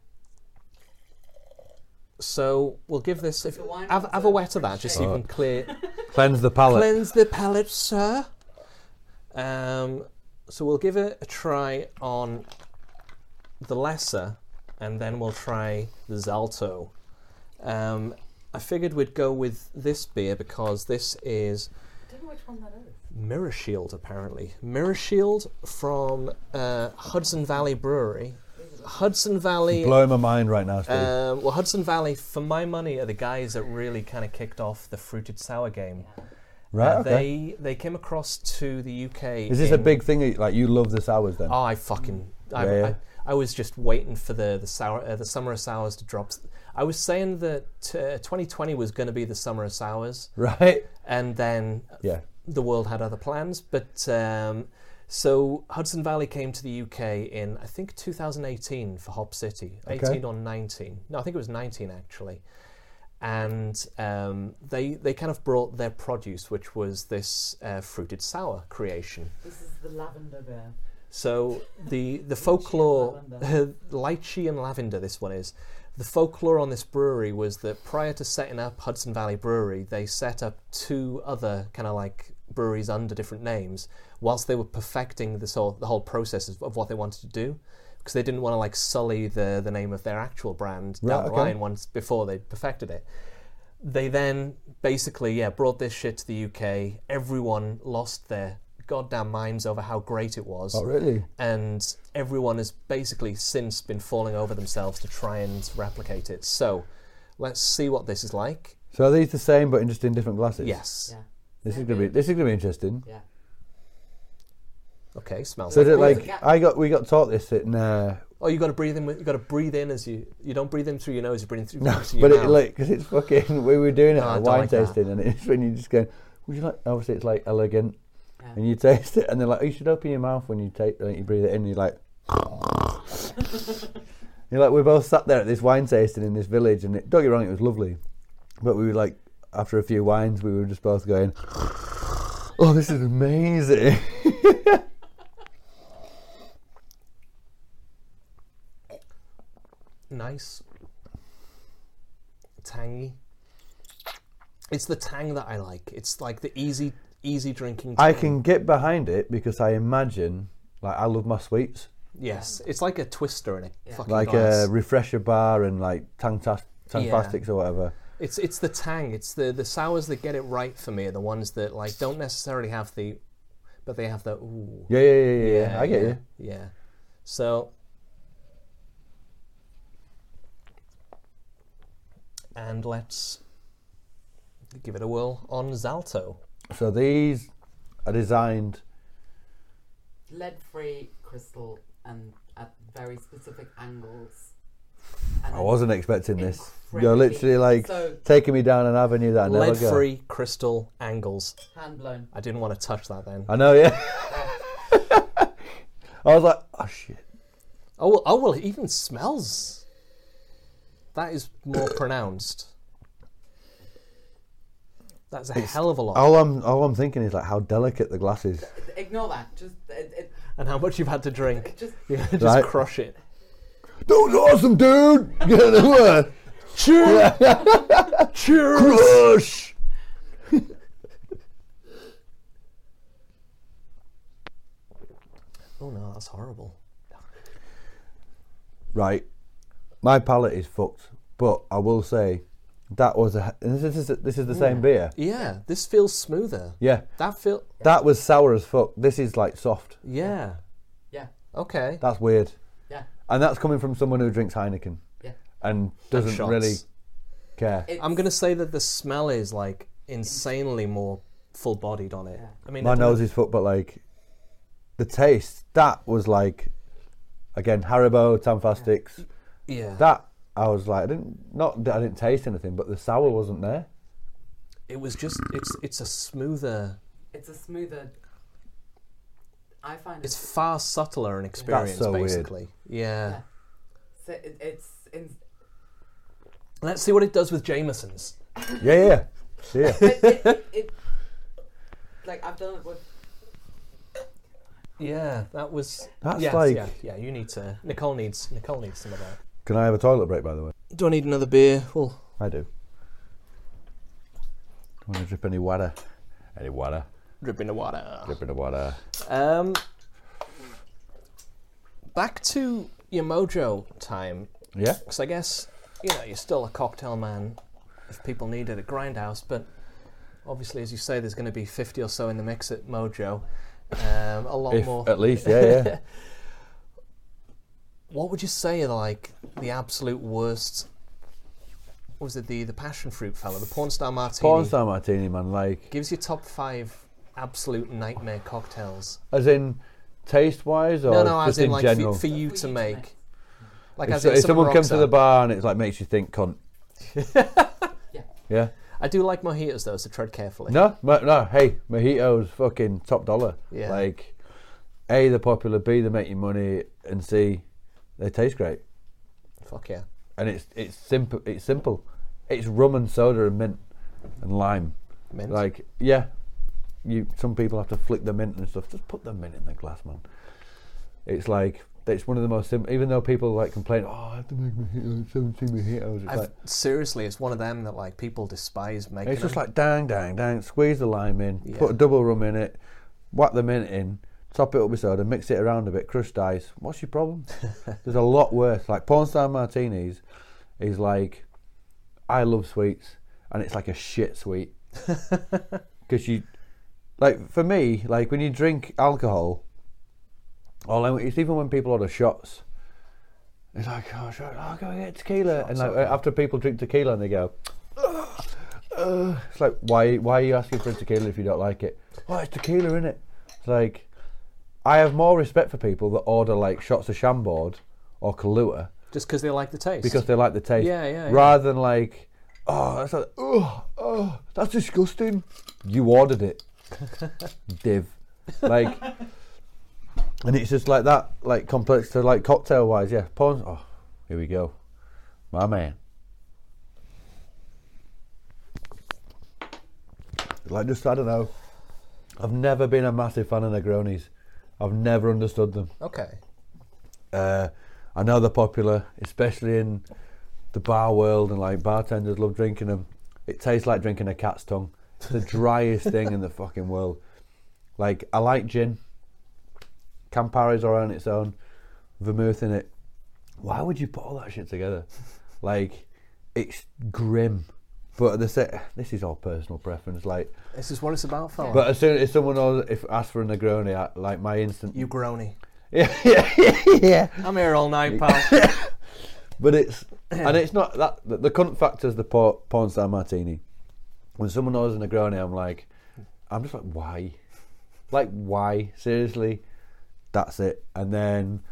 S2: So we'll give this. If,
S5: The wine
S2: have,
S5: ones
S2: have a
S5: are
S2: wet of that, just so you can clear
S3: Cleanse the palate.
S2: cleanse the palate, sir. Um, so we'll give it a try on the lesser, and then we'll try the Zalto. Um, I figured we'd go with this beer because this is
S5: I don't know which one that is.
S2: Mirror Shield, apparently. Mirror Shield from uh, Hudson Valley Brewery. Hudson Valley.
S3: Blowing my mind right now, Steve.
S2: Um, well, Hudson Valley, for my money, are the guys that really kind of kicked off the fruited sour game.
S3: right,
S2: Uh,
S3: okay.
S2: They they came across to the UK.
S3: Is this a
S2: in-
S3: big thing? that you- Like, you love the sours then?
S2: Oh, I fucking I,
S3: Yeah, yeah.
S2: I, I was just waiting for the the sour uh, the summer of sours to drop. I was saying that uh, 2020 was going to be the summer of sours,
S3: Right?
S2: and then
S3: Yeah.
S2: the world had other plans. But um, so Hudson Valley came to the UK in I think 2018 for Hop City,
S3: Okay.
S2: 18 or 19. No, I think it was 19 actually. And um, they they kind of brought their produce, which was this uh, fruited sour creation.
S5: This is the lavender beer.
S2: So the the folklore, lychee and lavender. This one is the folklore on this brewery was that prior to setting up Hudson Valley Brewery, they set up two other kind of like breweries under different names, whilst they were perfecting this whole the whole process of, of what they wanted to do, because they didn't want to like sully the the name of their actual brand
S3: Right,
S2: down the
S3: okay.
S2: line once before they perfected it they then basically yeah brought this shit to the UK. Everyone lost their goddamn minds over how great it was,
S3: Oh, really?
S2: and everyone has basically since been falling over themselves to try and replicate it. So, let's see what this is like.
S3: So are these the same but in just in different glasses?
S2: Yes.
S5: Yeah.
S3: This is gonna be this is gonna be interesting.
S5: Yeah.
S2: Okay. Smells.
S3: So is it
S5: What is
S3: like
S5: it?
S3: I got we got taught this in uh,
S2: oh, you got to breathe in. With, you got to breathe in as you. You don't breathe in through your nose. You breathe in through.
S3: no,
S2: through your
S3: but it
S2: mouth.
S3: like because it's fucking we were doing it
S2: No, I
S3: at a
S2: don't
S3: wine
S2: like that.
S3: tasting and it's when you just go would you like obviously it's like elegant
S5: Yeah.
S3: and you taste it and they're like "Oh, you should open your mouth when you take like, you breathe it in you're like you're like we both sat there at this wine tasting in this village and it, don't get me wrong it was lovely but we were like after a few wines we were just both going oh this is amazing
S2: nice, tangy. It's the tang that I like. It's like the easy, easy drinking. Tang.
S3: I can get behind it because I imagine like I love my sweets
S2: Yes, it's like a twister in a fucking
S3: like
S2: glass.
S3: a refresher bar and like Tangtas- Tangfastics or whatever.
S2: it's it's the tang. It's the the sours that get it right for me are the ones that like don't necessarily have the, but they have the ooh.
S3: Yeah, yeah, yeah, yeah. yeah. I get
S2: yeah,
S3: you.
S2: Yeah. So. And let's give it a whirl on Zalto.
S3: So these are designed.
S5: Lead free crystal and at very specific angles. And
S3: I wasn't expecting this. You're
S5: Incredibly.
S3: literally like
S5: So-
S3: taking me down an avenue that I never
S2: Lead
S3: go.
S2: free crystal angles.
S5: hand blown.
S2: I didn't want to touch that then.
S3: I know, yeah. I was like, oh shit.
S2: Oh well, oh well, it even smells. That is more pronounced. That's a hell of a lot.
S3: All I'm, all I'm thinking is like how delicate the glass is.
S5: Ignore that. Just it, it,
S2: And how much you've had to drink?
S5: just
S2: You're gonna just
S3: Right.
S2: crush it.
S3: That was awesome, dude.
S2: Cheers! Cheers!
S3: Crush.
S2: Oh no, that's horrible.
S3: right, my palate is fucked. But I will say, that was a. And this is this is the same beer.
S2: Yeah, this feels smoother.
S3: Yeah,
S2: That feel.
S3: that was sour as fuck. This is like soft.
S2: Yeah.
S5: yeah,
S2: Okay.
S3: That's weird,
S5: yeah,
S3: and that's coming from someone who drinks Heineken
S5: yeah.
S3: and doesn't
S2: shots.
S3: really care.
S5: It-
S2: I'm gonna say that the smell is like insanely more full-bodied on it. I mean, I
S3: My
S2: don't know-
S3: nose is fucked, but like the taste that was like again Haribo Tanfastics.
S2: Yeah.
S3: That I was like, I didn't not that I didn't taste anything, but the sour wasn't there.
S2: It was just. It's. It's a smoother.
S5: It's a smoother. I find it,
S2: It's far subtler an experience,
S3: so weird.
S2: basically. yeah.
S5: yeah. So it, it's in,
S2: Let's see what it does with Jameson's.
S3: Yeah, yeah, yeah.
S5: it, it, it, like I've done it with
S2: Yeah, that was.
S3: That's
S2: yes,
S3: like-
S2: Yeah, yeah, you need to. Nicole needs. Nicole needs some of that.
S3: Can I have a toilet break, by the way?
S2: Do I need another beer? Well,
S3: I do. Don't want to drip any water. Any water?
S2: drip in the water.
S3: Drip any water.
S2: Um, back to your mojo time,
S3: Yeah.
S2: because I guess you know you're still a cocktail man if people need it at Grindhouse, but obviously, as you say, there's going to be 50 or so in the mix at Mojo. Um, a lot
S3: If,
S2: more.
S3: at least, yeah, yeah.
S2: what would you say are like the absolute worst? What was it the the passion fruit fella, the porn star martini?
S3: Porn star martini, man. Like,
S2: Gives you top five absolute nightmare cocktails.
S3: as in taste wise, or
S2: No, no,
S3: just
S2: as in,
S3: in
S2: like
S3: general.
S2: for, for you
S5: For
S2: to
S5: you to
S2: make.
S5: make.
S2: Like
S3: if,
S2: as in
S3: if someone comes
S2: rocks
S3: to the
S2: up.
S3: bar and it's like makes you think, cunt.
S5: yeah.
S3: Yeah.
S2: I do like mojitos though, so tread carefully.
S3: No, mo- no. Hey, mojitos, fucking top dollar.
S2: Yeah.
S3: Like, a they're popular, b they make you money, and c they taste great.
S2: Fuck yeah.
S3: And it's it's simple. It's simple. It's rum and soda and mint and lime.
S2: Mint.
S3: Like, yeah, you. Some people have to flick the mint and stuff. Just put the mint in the glass, man. It's like it's one of the most sim- even though people like complain, oh, I have to make mojitos, 17 mojitos. It's
S2: I've,
S3: like
S2: seriously, it's one of them that like people despise making.
S3: it's just
S2: them.
S3: like dang, dang, dang. Squeeze the lime in,
S2: Yeah.
S3: put a double rum in it, whack the mint in, top it up with soda, mix it around a bit, crushed ice. What's your problem? There's a lot worse. Like porn star martinis is like, I love sweets, and it's like a shit sweet because you, like for me, like when you drink alcohol, or like, it's even when people order shots. It's like, oh, shot, oh go get tequila, and like after people drink tequila and they go, uh, it's like why why are you asking for a tequila if you don't like it? Oh, it's tequila in it. It's like I have more respect for people that order like shots of Chambord or Kahlua
S2: just because they like the taste.
S3: because they like the taste.
S2: Yeah, yeah, yeah.
S3: Rather than like, oh, that's like, oh, oh, that's disgusting. You ordered it, div. Like, and it's just like that, like complex to like cocktail wise. Yeah, porn. Oh, here we go, my man. Like just I don't know. I've never been a massive fan of Negronis. I've never understood them.
S2: okay,
S3: Uh, I know they're popular, especially in the bar world, and like bartenders love drinking them. It tastes like drinking a cat's tongue. It's the driest thing in the fucking world. Like I like gin. Campari's are on its own. Vermouth in it. Why would you put all that shit together? Like it's grim. But the se- this is all personal preference. Like,
S2: this is what it's about, fella.
S3: but as soon as someone orders, if asks for a Negroni, I, like my instant,
S2: you groany.
S3: yeah,
S2: I'm here all night, pal.
S3: But it's and it's not that the, the cunt factor is the por- porn star martini. When someone orders a Negroni, I'm like, I'm just like, why? Like, why? Seriously, that's it. And then,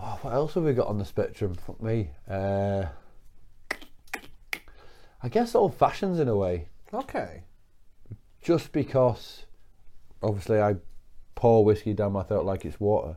S3: oh, what else have we got on the spectrum? Fuck me. Uh, I guess old fashions in a way,
S2: okay.
S3: just because. Obviously, I pour whiskey down my throat like it's water,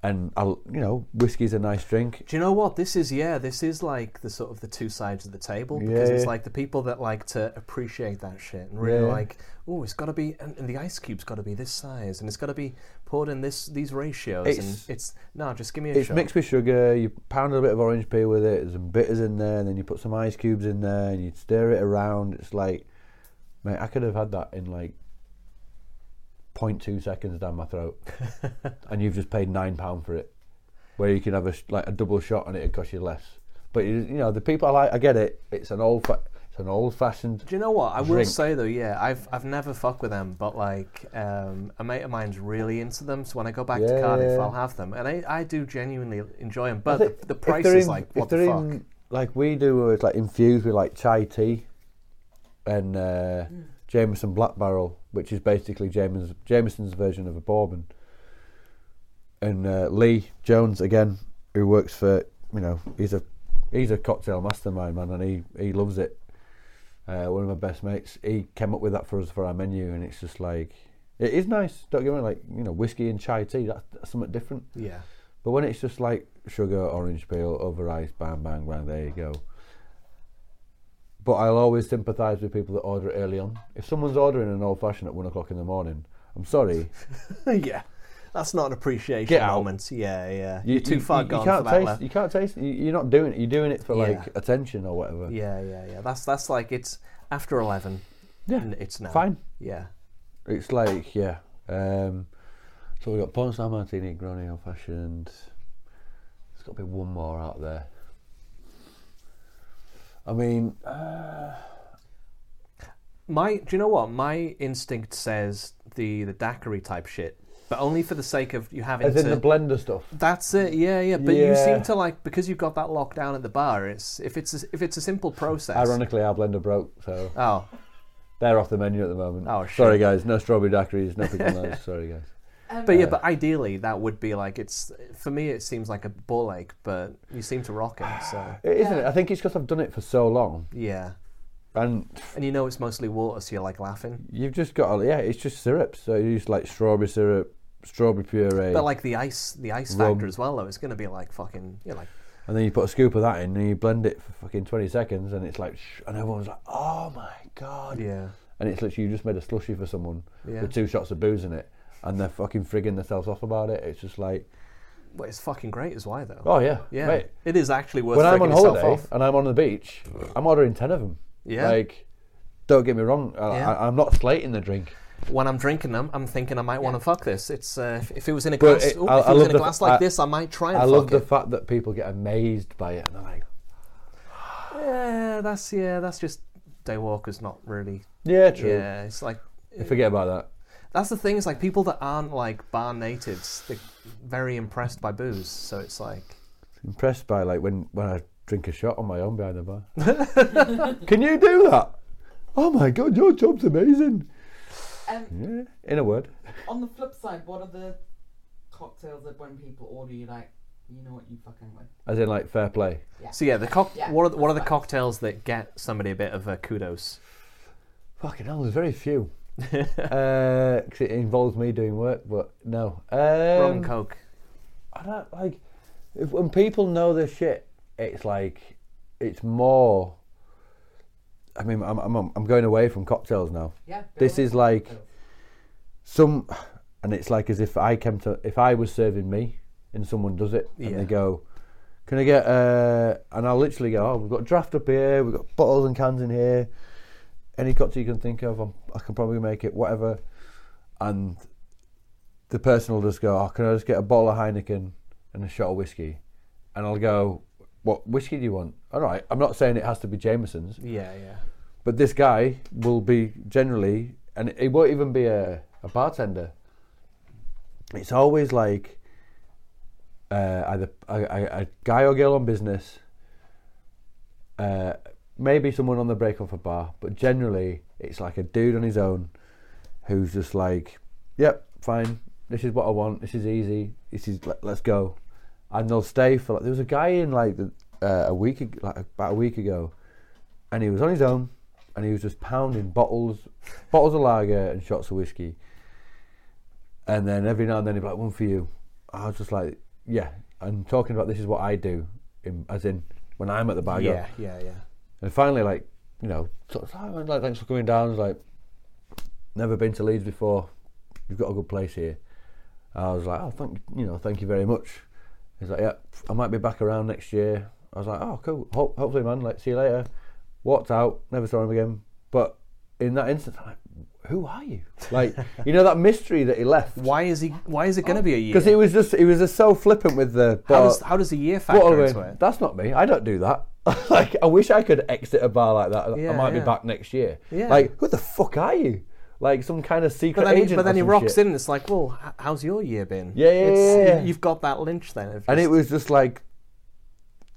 S3: and I, will you know, whiskey's a nice drink.
S2: Do you know what this is? Yeah, this is like the sort of the two sides of the table
S3: Yeah,
S2: because it's
S3: yeah.
S2: like the people that like to appreciate that shit and really
S3: Yeah.
S2: like, oh, it's got to be, and, and the ice cube's got to be this size and it's got to be poured in this these ratios and
S3: It's-
S2: it's no, just give me a
S3: It's
S2: shot.
S3: mixed with sugar. You pound a bit of orange peel with it. There's some bitters in there, and then you put some ice cubes in there, and you stir it around. It's like, mate, I could have had that in like 0.2 seconds down my throat, and you've just paid nine pound for it, where you can have a sh- like a double shot, and it'd cost you less. But you, you know, the people I like, I get it. It's an old, fa- it's an old-fashioned.
S2: Do you know what I will
S3: drink.
S2: say though? Yeah, I've I've never fucked with them, but like um, a mate of mine's really into them. So when I go back to
S3: Yeah,
S2: Cardiff,
S3: yeah.
S2: I'll have them, and I, I do genuinely enjoy them. But
S3: I think
S2: the, the
S3: if
S2: price
S3: they're
S2: is
S3: in-
S2: like
S3: if
S2: what the
S3: they're
S2: fuck?
S3: in- like we do, it's like infused with like chai tea and uh, Jameson Black Barrel, which is basically Jameson's, Jameson's version of a bourbon. And uh, Lee Jones again, who works for you know, he's a he's a cocktail mastermind man, and he he loves it. Uh, one of my best mates, he came up with that for us for our menu, and it's just like it is nice. Don't get me wrong, like you know, whiskey and chai tea, that's, that's something different.
S2: yeah,
S3: But when it's just like sugar, orange peel, over ice, bang, bang, bang, there you go. But I'll always sympathise with people that order it early on. If someone's ordering an old fashioned at one o'clock in the morning, I'm sorry,
S2: yeah, that's not an appreciation
S3: Get out.
S2: moment. Yeah, yeah, you, are too far
S3: you
S2: gone
S3: can't
S2: for that.
S3: taste,
S2: left.
S3: You can't taste. You, you're not doing it. You're doing it for
S2: Yeah.
S3: like attention or whatever.
S2: Yeah, yeah, yeah. That's that's like it's after eleven.
S3: Yeah,
S2: and it's now.
S3: Fine.
S2: Yeah.
S3: It's like yeah. Um, so we got porn star martini, granny old fashioned. There's got to be one more out there. I mean,
S2: My, do you know what my instinct says the the daiquiri type shit, but only for the sake of you having
S3: as
S2: to.
S3: in the blender stuff.
S2: That's it. Yeah, yeah. But you
S3: Yeah.
S2: seem to like because you've got that lockdown at the bar. It's if it's a, if it's a simple process.
S3: Ironically, our blender broke, so
S2: Oh,
S3: they're off the menu at the moment.
S2: Oh, shit.
S3: Sorry, guys. No strawberry daiquiris, no pickle nose. Sorry, guys.
S5: Um,
S2: but yeah. But ideally, that would be like it's for me. It seems like a ball ache, but you seem to rock it. So
S3: It, isn't it? I think it's because I've done it for so long,
S2: yeah,
S3: and
S2: and you know it's mostly water, so you're like laughing.
S3: you've just got to, yeah. It's just syrup, so you use like strawberry syrup, strawberry puree,
S2: But like the ice, the ice
S3: Rum.
S2: factor as well. Though it's going to be like fucking. You're like
S3: and then you put a scoop of that in, and you blend it for fucking twenty seconds, and it's like, sh- and everyone's like, oh my god,
S2: yeah,
S3: and it's literally you just made a slushy for someone
S2: Yeah.
S3: with two shots of booze in it, and they're fucking frigging themselves off about it. It's just like,
S2: Well, it's fucking great, is why though.
S3: oh yeah,
S2: yeah,
S3: mate.
S2: it is actually worth.
S3: When I'm
S2: freaking
S3: on
S2: yourself
S3: holiday
S2: off.
S3: and I'm on the beach, I'm ordering ten of them.
S2: Yeah.
S3: Like, don't get me wrong. I,
S2: Yeah.
S3: I, I'm not slating the drink.
S2: when I'm drinking them, I'm thinking I might want to fuck this. It's uh, if- if it was in a
S3: But
S2: glass,
S3: it-
S2: ooh,
S3: I-
S2: if
S3: I
S2: it was in
S3: love
S2: a
S3: the
S2: glass
S3: f-
S2: like
S3: I-
S2: this, I might try and
S3: I
S2: fuck
S3: love the
S2: it.
S3: fact that people get amazed by it and they're like,
S2: yeah, that's yeah, that's just daywalkers not really.
S3: yeah, true.
S2: Yeah, it's like
S3: They forget about that.
S2: that's the thing. It's like people that aren't like bar natives, they're very impressed by booze. So it's like
S3: impressed by like when, when I drink a shot on my own behind the bar. Can you do that? Oh my god, your job's amazing.
S2: Hmm?
S5: Um,
S3: Yeah, in a word.
S4: On the flip side, what are the cocktails that when people order you like, you know what you fucking with?
S3: As in like fair play.
S2: so. Yeah, the cock.
S5: Yeah,
S2: what are the, what are the
S5: that's
S2: cocktails that get somebody a bit of a kudos?
S3: Fucking hell, there's very few. Uh 'cause it involves me doing work, but no.
S2: Rum
S3: Um,
S2: and coke.
S3: I don't like if, when people know their shit. It's like it's more. I mean, I'm I'm I'm going away from cocktails now.
S5: yeah.
S3: This
S5: go
S3: is
S5: on.
S3: like some, and it's like as if I came to if I was serving me, and someone does it, and
S2: Yeah.
S3: they go, "Can I get?" Uh, and I'll literally go, "Oh, we've got draft up here. We've got bottles and cans in here. Any cocktail you can think of, I'm, I can probably make it. Whatever." And the person will just go, "Oh, can I just get a bottle of Heineken and a shot of whiskey?" And I'll go, "What whiskey do you want?" All right, I'm not saying it has to be Jameson's.
S2: Yeah, yeah.
S3: But this guy will be generally, and it won't even be a, a bartender. It's always like uh, either a, a, a guy or girl on business, uh, maybe someone on the break off a bar, but generally it's like a dude on his own who's just like, yep, fine, this is what I want, this is easy, this is, let, let's go. And they'll stay for like, there was a guy in like the, uh, a week, ag- like about a week ago, and he was on his own and he was just pounding bottles bottles of lager and shots of whiskey and then every now and then he'd be like one for you I was just like yeah and talking about this is what I do in, as in when I'm at the bar I go,
S2: yeah, yeah, yeah.
S3: and finally, like, you know, sort of, "Oh, like, thanks for coming down. I was like, never been to Leeds before. You've got a good place here. I was like, oh, thank you know, thank you very much. He's like, yeah, I might be back around next year. I was like, oh, cool. Ho- hopefully, man. Like, see you later. Walked out. Never saw him again. But in that instance, I'm like, who are you? Like, you know, that mystery that he left.
S2: Why is he? Why is it going to be a year?
S3: Because he was just, he was just so flippant with the.
S2: how
S3: bar-
S2: does how does a year
S3: what
S2: factor
S3: are we-
S2: into it?
S3: That's not me. I don't do that. like, I wish I could exit a bar like that.
S2: Yeah,
S3: I might
S2: yeah.
S3: be back next year.
S2: Yeah.
S3: Like, who the fuck are you? Like, some kind of secret
S2: But then,
S3: agent.
S2: he, but
S3: or
S2: then he
S3: some
S2: rocks
S3: shit.
S2: in, and it's like, well, h- how's your year been?
S3: Yeah, yeah,
S2: It's-
S3: yeah, yeah.
S2: you- You've got that lynch then. of
S3: And it
S2: just-
S3: was just like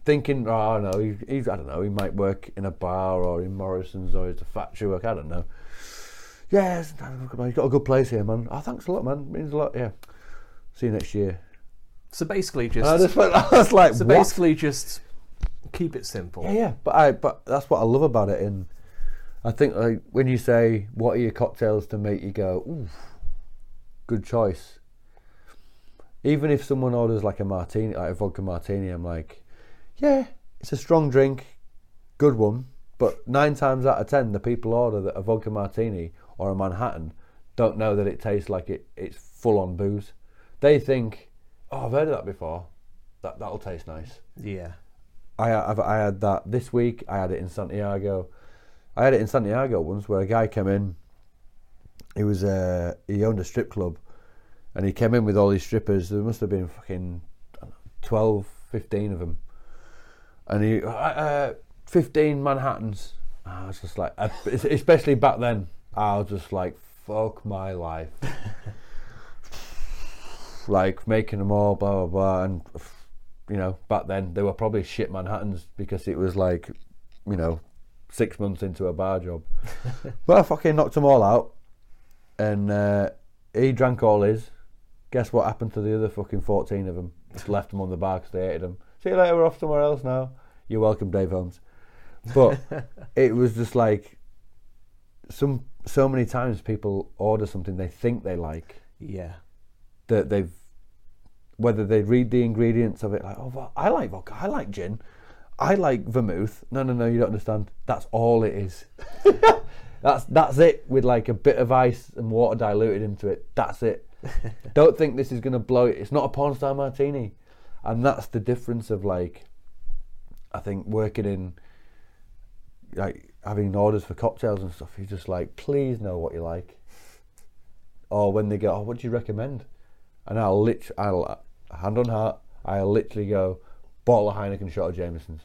S3: thinking, oh no, he, he's I don't know, he might work in a bar or in Morrison's or he's a factory work. I don't know. Yes, he's got a good place here, man. Oh, thanks a lot, man. Means a lot. Yeah. See you next year.
S2: so basically
S3: And I
S2: just
S3: just went, I was like,
S2: so
S3: Oh, what?
S2: basically just keep it simple.
S3: Yeah, yeah, but I but that's what I love about it, and I think like when you say what are your cocktails to make you go, ooh, good choice. Even if someone orders like a martini, like a vodka martini, I'm like, yeah, it's a strong drink, good one. But nine times out of ten, the people order that a vodka martini or a Manhattan don't know that it tastes like it, it's full on booze. They think, oh, I've heard of that before. That that'll taste nice.
S2: Yeah.
S3: I I've, I had that this week. I had it in Santiago. I had it in Santiago once where a guy came in. He was uh, he owned a strip club, and he came in with all these strippers. There must have been fucking I don't know, 12, 15 of them, and he uh, uh, fifteen Manhattans. I was just like, uh, especially back then, I was just like, fuck my life. like making them all blah blah blah and you know back then they were probably shit manhattans because it was like you know six months into a bar job but i fucking knocked them all out and uh, he drank all his guess what happened to the other fucking 14 of them just left them on the bar because they hated them see you later we're off somewhere else now you're welcome dave holmes but it was just like some so many times people order something they think they like
S2: Yeah.
S3: that they've whether they read the ingredients of it like oh vo- I like vodka I like gin I like vermouth no no no you don't understand that's all it is that's that's it with like a bit of ice and water diluted into it that's it Don't think this is going to blow it. It's not a porn star martini. And that's the difference of like, I think working in, like having orders for cocktails and stuff. You're just like, please know what you like. Or when they go, oh, what do you recommend? And I'll lit, I'll hand on heart, I'll literally go, bottle of Heineken, shot of Jameson's,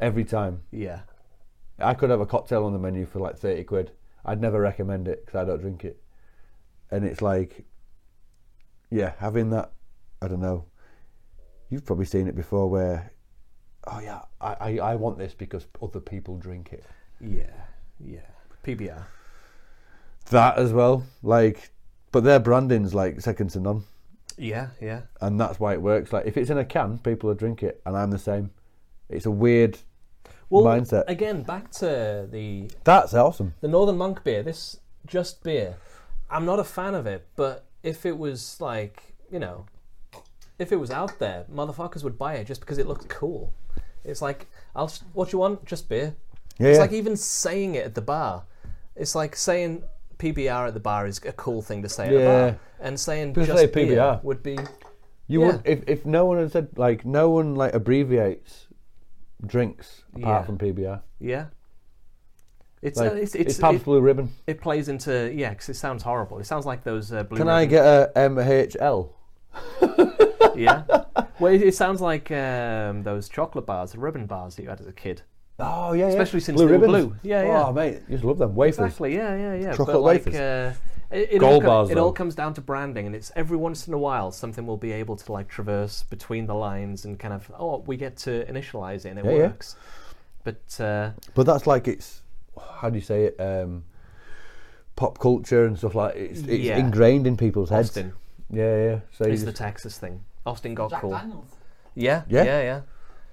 S3: every time.
S2: Yeah.
S3: I could have a cocktail on the menu for like 30 quid. I'd never recommend it because I don't drink it. And it's like, yeah, having that, I don't know. You've probably seen it before where, oh yeah, I, I, I want this because other people drink it.
S2: Yeah. Yeah. PBR.
S3: That as well. Like, but their branding's like second to none.
S2: Yeah. Yeah.
S3: And that's why it works. Like, if it's in a can, people will drink it. And I'm the same. It's a weird
S2: Well,
S3: mindset.
S2: again, back to the
S3: that's awesome.
S2: the Northern Monk beer. This just beer. I'm not a fan of it, but if it was like you know, if it was out there, motherfuckers would buy it just because it looked cool. It's like, I'll s- what you want, just beer.
S3: Yeah,
S2: it's
S3: yeah.
S2: like even saying it at the bar. It's like saying PBR at the bar is a cool thing to say at
S3: Yeah.
S2: a bar, and saying
S3: Just
S2: just,
S3: say
S2: beer
S3: PBR.
S2: would be
S3: You
S2: Yeah.
S3: would if if no one had said like no one like abbreviates drinks
S2: Yeah.
S3: apart from PBR.
S2: yeah. It's,
S3: Like,
S2: uh,
S3: it's,
S2: it's, it's,
S3: Pabst
S2: it,
S3: Blue Ribbon.
S2: it plays into yeah, 'cause it sounds horrible. It sounds like those uh, blue.
S3: Can I
S2: ribbon-
S3: get a MHL?
S2: yeah. Well, it, it sounds like um, those chocolate bars, ribbon bars that you had as a kid.
S3: Oh yeah, yeah.
S2: Especially since they were
S3: ribbons.
S2: blue. Yeah,
S3: Oh
S2: yeah.
S3: mate, you just love them wafers.
S2: Exactly. Yeah, yeah, yeah.
S3: Chocolate
S2: but like,
S3: wafers.
S2: Uh, it, it,
S3: Gold
S2: all co-
S3: bars,
S2: it all
S3: though.
S2: comes down to branding, and it's every once in a while something will be able to like traverse between the lines and kind of oh we get to initialize it and it
S3: Yeah, yeah.
S2: works. But uh,
S3: But that's like it's how do you say it? Um, pop culture and stuff like it's, it's
S2: Yeah.
S3: ingrained in people's heads.
S2: Austin
S3: Yeah, yeah. So you
S2: is the
S3: just-
S2: Texas thing. Austin got
S4: Jack
S2: cool.
S4: Daniels.
S2: Yeah, yeah,
S3: Yeah.
S2: yeah. yeah.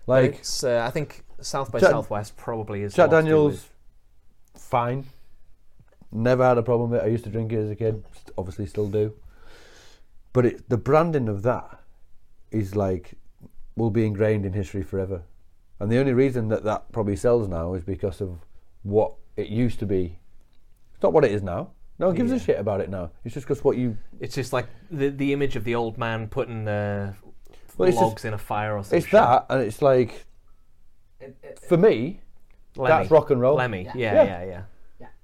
S2: But
S3: like
S2: it's, uh, I think South by
S3: Jack-
S2: Southwest probably is.
S3: Jack
S2: a lot to do
S3: Daniels,
S2: with-
S3: fine. Never had a problem with it. I used to drink it as a kid. st- Obviously, still do. But it, the branding of that is like will be ingrained in history forever. And the only reason that that probably sells now is because of what it used to be. It's not what it is now. No one gives a
S2: Yeah.
S3: shit about it now. It's just because what you.
S2: It's just like the the image of the old man putting uh,
S3: Well, it's just-
S2: logs in a fire or something.
S3: It's that, and it's like
S4: It, it,
S3: for me, that's rock and roll.
S2: Lemmy.
S4: Yeah.
S2: Yeah,
S3: Yeah.
S2: yeah, yeah.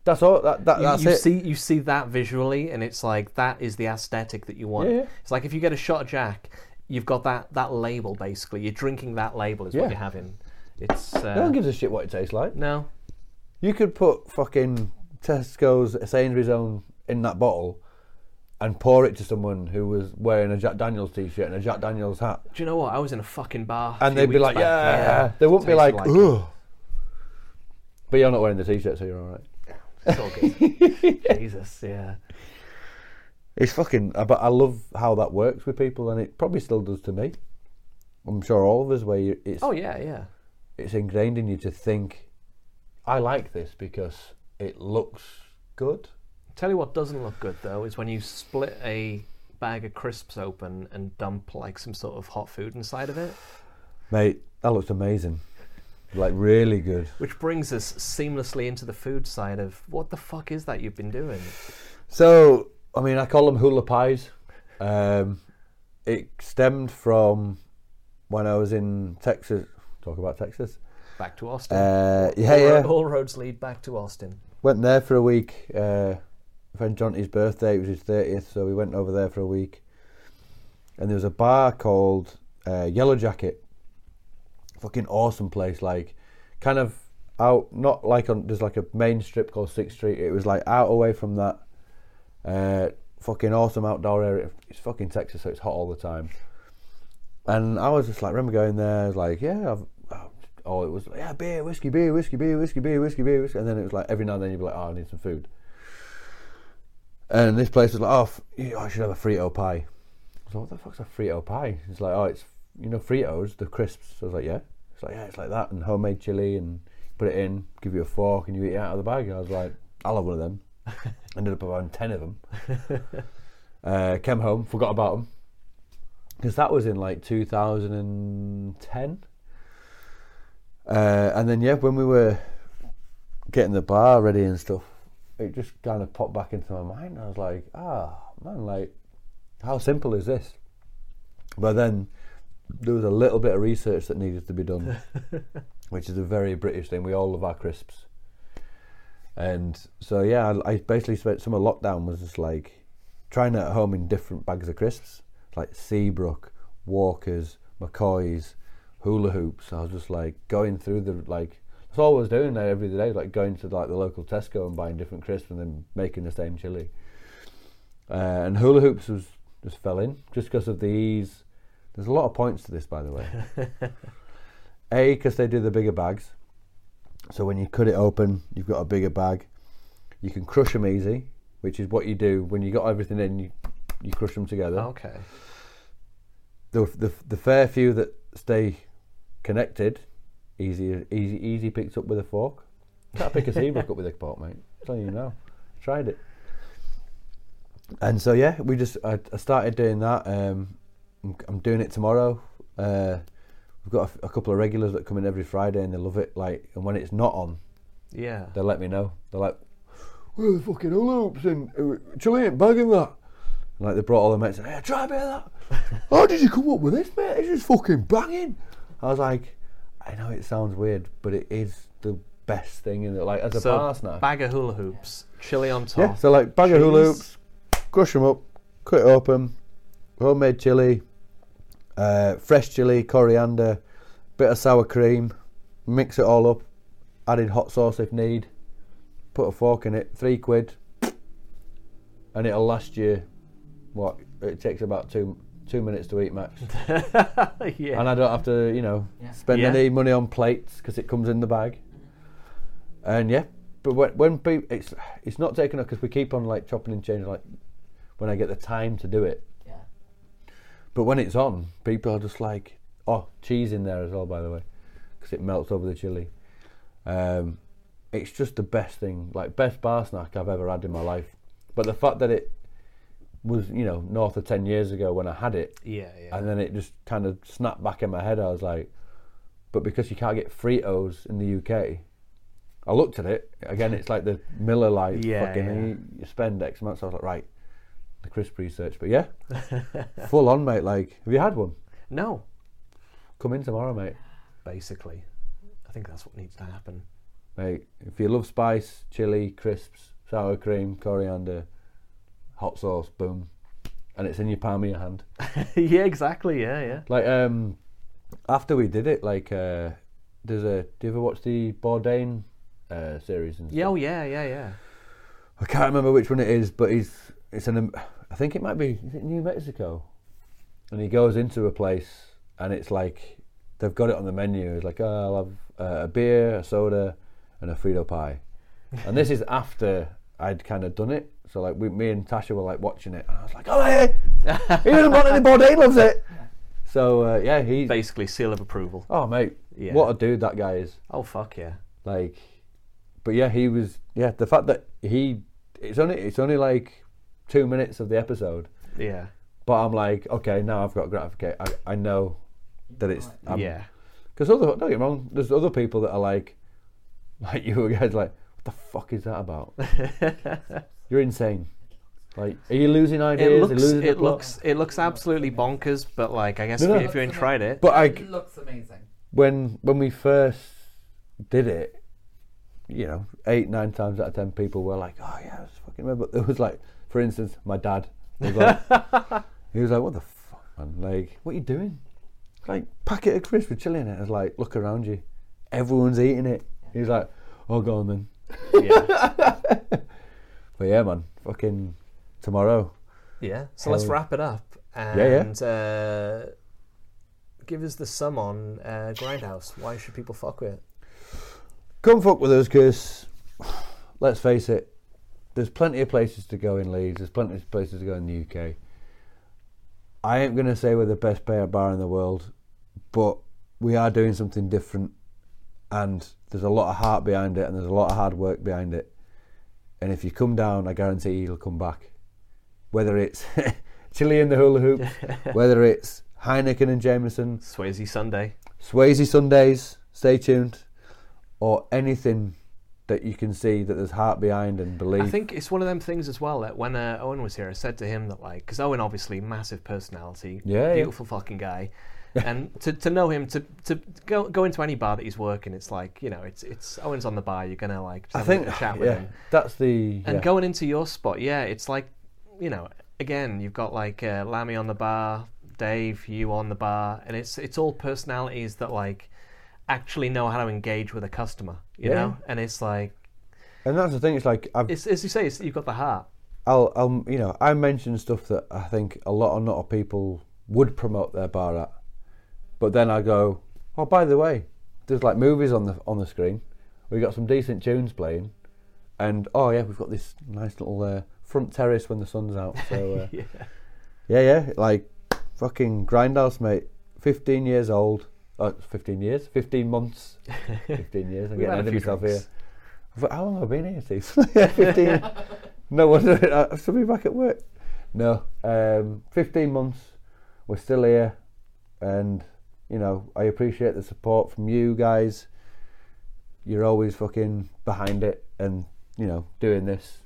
S3: That's all. That, that
S2: You,
S3: that's
S2: you
S3: it.
S2: see, you see that visually, and it's like that is the aesthetic that you want.
S3: Yeah, yeah.
S2: It's like if you get a shot of Jack, you've got that that label basically. You're drinking that label is
S3: Yeah.
S2: what you're having. It's uh,
S3: no one gives a shit what it tastes like.
S2: no,
S3: You could put fucking Tesco's Sainsbury's own in that bottle and pour it to someone who was wearing a Jack Daniels t-shirt and a Jack Daniels hat,
S2: Do you know what? I was in a fucking bar, a
S3: and
S2: few
S3: they'd be
S2: weeks
S3: like,
S2: back.
S3: yeah. They wouldn't be like,
S2: Tasted it.
S3: ugh. But you're not wearing the t-shirt, so you're all right.
S2: It's all good. Jesus, yeah,
S3: It's fucking. uh, But I love how that works with people, and it probably still does to me. I'm sure all of us, where you, it's
S2: oh yeah, yeah,
S3: it's ingrained in you to think, I like this because it looks good.
S2: Tell you what doesn't look good though is when you split a bag of crisps open and dump like some sort of hot food inside of it.
S3: Mate, that looks amazing. Like really good.
S2: Which brings us seamlessly into the food side of what the fuck is that you've been doing?
S3: So, I mean, I call them hula pies. Um, it stemmed from when I was in Texas. Talk about Texas.
S2: Back to Austin.
S3: Uh, yeah,
S2: all, ro-
S3: yeah.
S2: all roads lead back to Austin.
S3: Went there for a week. Uh, friend Johnny's birthday. It was his thirtieth, so we went over there for a week. And there was a bar called uh, Yellow Jacket. Fucking awesome place. Like, kind of out. Not like on. There's like a main strip called Sixth Street. It was like out away from that. Uh, fucking awesome outdoor area. It's fucking Texas, so it's hot all the time. And I was just like, remember going there? I was like, yeah, I've, oh, oh, it was like, yeah, beer, whiskey, beer, whiskey, beer, whiskey, beer, whiskey, beer, whiskey. And then it was like every now and then you'd be like, oh, I need some food. And this place was like, oh, f- you know, I should have a Frito pie. I was like, what the fuck's a Frito pie? It's like, oh, it's you know Fritos, the crisps. I was like, yeah. It's like, yeah, it's like that, and homemade chili, and put it in, give you a fork, and you eat it out of the bag. I was like, I'll have one of them. Ended up having ten of them. uh, came home, forgot about them, because that was in like 2010. Uh, and then yeah, when we were getting the bar ready and stuff, it just kind of popped back into my mind. I was like, ah, man, like how simple is this? But then there was a little bit of research that needed to be done, which is a very British thing. We all love our crisps. And so, yeah, I, I basically spent summer lockdown was just like trying it at home in different bags of crisps, like Seabrook, Walker's, McCoy's, Hula Hoops. I was just like going through the, like, that's all I was doing there every day, like going to like the local Tesco and buying different crisps and then making the same chili. Uh, and hula hoops was just fell in just because of the ease. There's a lot of points to this, by the way. a, because they do the bigger bags. So when you cut it open, you've got a bigger bag. You can crush them easy, which is what you do when you got everything in. You you crush them together.
S2: Okay.
S3: The, the the fair few that stay connected, easy easy easy picked up with a fork. Can't pick a Seabrook up with a fork, mate. I'm telling you now, tried it. And so yeah, we just I, I started doing that. Um, I'm, I'm doing it tomorrow. Uh, we've got a f a a couple of regulars that come in every Friday and they love it. Like, and when it's not on,
S2: Yeah.
S3: they let me know. They're like, where the fucking hula hoops and uh, Chile ain't bagging that. And, like they brought all their mates. Hey, try a bit of that. How did you come up with this, mate? It's just fucking banging. I was like, I know it sounds weird, but it is the best thing in it. Like as a
S2: So
S3: pass now.
S2: bag of hula hoops, chili on top.
S3: yeah. So like bag of hula
S2: Oh, cheese.
S3: hoops, crush them up, cut it open, homemade chili, uh, fresh chili, coriander, bit of sour cream, mix it all up, add in hot sauce if need, put a fork in it, three quid, and it'll last you. What it takes about two two minutes to eat max,
S2: yeah.
S3: and I don't have to you know
S4: Yeah.
S3: spend
S2: Yeah.
S3: any money on plates because it comes in the bag. And yeah, but when when pe- it's it's not taken up because we keep on like chopping and changing like when I get the time to do it.
S4: Yeah.
S3: But when it's on, people are just like, oh, cheese in there as well, by the way, because it melts over the chili. Um, it's just the best thing, like best bar snack I've ever had in my life. But the fact that it was, you know, north of ten years ago when I had it,
S2: yeah, yeah.
S3: and then it just kind of snapped back in my head. I was like, but because you can't get Fritos in the UK, I looked at it again. It's like the Miller Lite
S2: Yeah,
S3: fucking.
S2: yeah.
S3: You, you spend X amount. So I was like, right, the crisp research. But yeah, full on, mate. Like, have you had one?
S2: no,
S3: Come in tomorrow, mate.
S2: basically. I think that's what needs to happen.
S3: Mate, if you love spice, chili, crisps, sour cream, coriander, hot sauce, boom, and it's in your palm of your hand.
S2: yeah, exactly. Yeah, yeah.
S3: Like um, after we did it, like uh, there's a. Do you ever watch the Bourdain uh, series? And
S2: Yeah,
S3: stuff?
S2: oh, yeah, yeah, yeah.
S3: I can't remember which one it is, but he's it's an. um, I think it might be. Is it New Mexico? And he goes into a place, and it's like they've got it on the menu. It's like oh, I'll have uh, a beer, a soda, and a Frito pie. and this is after I'd kind of done it. So like we, me and Tasha were like watching it, and I was like, oh hey, he doesn't want any Bourdain loves it. So uh, yeah, he
S2: Basically, seal of approval.
S3: Oh mate,
S2: Yeah.
S3: what a dude that guy is.
S2: Oh, fuck yeah.
S3: Like, but yeah, he was. Yeah, the fact that he, it's only it's only like two minutes of the episode,
S2: Yeah.
S3: but I'm like, okay, now I've got gratification. I, I know that it's um,
S2: yeah.
S3: Because other don't get me wrong, there's other people that are like, like you guys, like, what the fuck is that about? You're insane. Like, are you losing ideas?
S2: It
S3: are you
S2: looks,
S3: losing the
S2: it
S3: plot?
S2: looks, it looks absolutely bonkers, but like, I guess
S3: No, no.
S2: if you ain't tried it,
S3: But I,
S4: It looks amazing.
S3: when when we first did it, you know, eight nine times out of ten people were like, "Oh yeah, I was fucking." Remember. But there was like, for instance, my dad was like, he was like, "What the fuck, man? Like, what are you doing? Like, packet of crisps with chili in it." I was like, "Look around you, everyone's eating it." He was like, "Oh, go on then."
S2: yeah.
S3: But yeah, man, fucking tomorrow.
S2: yeah. So let's
S3: Hell.
S2: wrap it up and
S3: yeah.
S2: Uh, give us the sum on uh, Grindhouse. Why should people fuck with it?
S3: Come fuck with us, because let's face it, there's plenty of places to go in Leeds. There's plenty of places to go in the UK. I ain't gonna say we're the best beer bar in the world, but we are doing something different, and there's a lot of heart behind it, and there's a lot of hard work behind it. And if you come down, I guarantee you'll come back. Whether it's Chile in the hula hoop, whether it's Heineken and Jameson,
S2: Swayze Sunday.
S3: Swayze Sundays, stay tuned, or anything that you can see that there's heart behind and belief.
S2: I think it's one of them things as well that when uh, Owen was here, I said to him that like, because Owen obviously massive personality,
S3: Yeah, yeah.
S2: beautiful fucking guy, and to, to know him to to go go into any bar that he's working, it's like you know, it's it's Owen's on the bar, you're gonna like just
S3: I
S2: have a
S3: think
S2: little chat with
S3: yeah,
S2: him,
S3: that's the
S2: and
S3: yeah.
S2: going into your spot, yeah, it's like you know, again, you've got like uh, Lammy on the bar, Dave, you on the bar, and it's it's all personalities that like actually know how to engage with a customer, you
S3: Yeah.
S2: know, and it's like
S3: and that's the thing. It's like I've,
S2: it's as you say, it's, you've got the heart.
S3: I'll, I'll, you know, I mention stuff that I think a lot, a lot of people would promote their bar at, but then I go, oh, by the way, there's like movies on the on the screen. We got some decent tunes playing, and oh yeah, we've got this nice little uh, front terrace when the sun's out. So uh,
S2: Yeah.
S3: yeah, yeah, like fucking grindhouse, mate. Fifteen years old. Uh, fifteen years, fifteen months, fifteen years. I'm
S2: We've
S3: getting
S2: had a
S3: ahead of
S2: few
S3: myself
S2: drinks.
S3: here. I've- How long have I been here, Steve? yeah, fifteen. no wonder I- I should be back at work. No, um, fifteen months. We're still here, and you know I appreciate the support from you guys. You're always fucking behind it, and you know doing this,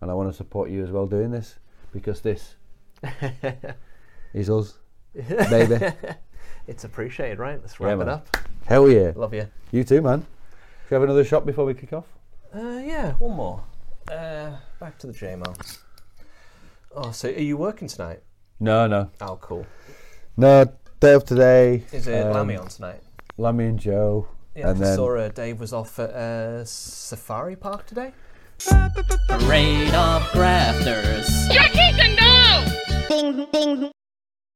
S3: and I want to support you as well doing this because this is us, baby.
S2: It's appreciated, right? Let's
S3: Yeah,
S2: wrap
S3: man.
S2: it up.
S3: Hell yeah.
S2: Love you.
S3: You too, man. Do you have another shot before we kick off?
S2: Uh, yeah, one more. Uh, back to the JMO. Oh, so are you working tonight?
S3: No, no.
S2: Oh, cool.
S3: No, day of today.
S2: Is it
S3: um,
S2: Lammy on tonight?
S3: Lammy and Joe.
S2: Yeah,
S3: and
S2: I
S3: then-
S2: saw uh, Dave was off at uh, Safari Park today.
S1: Parade of grafters.
S6: You're taking down!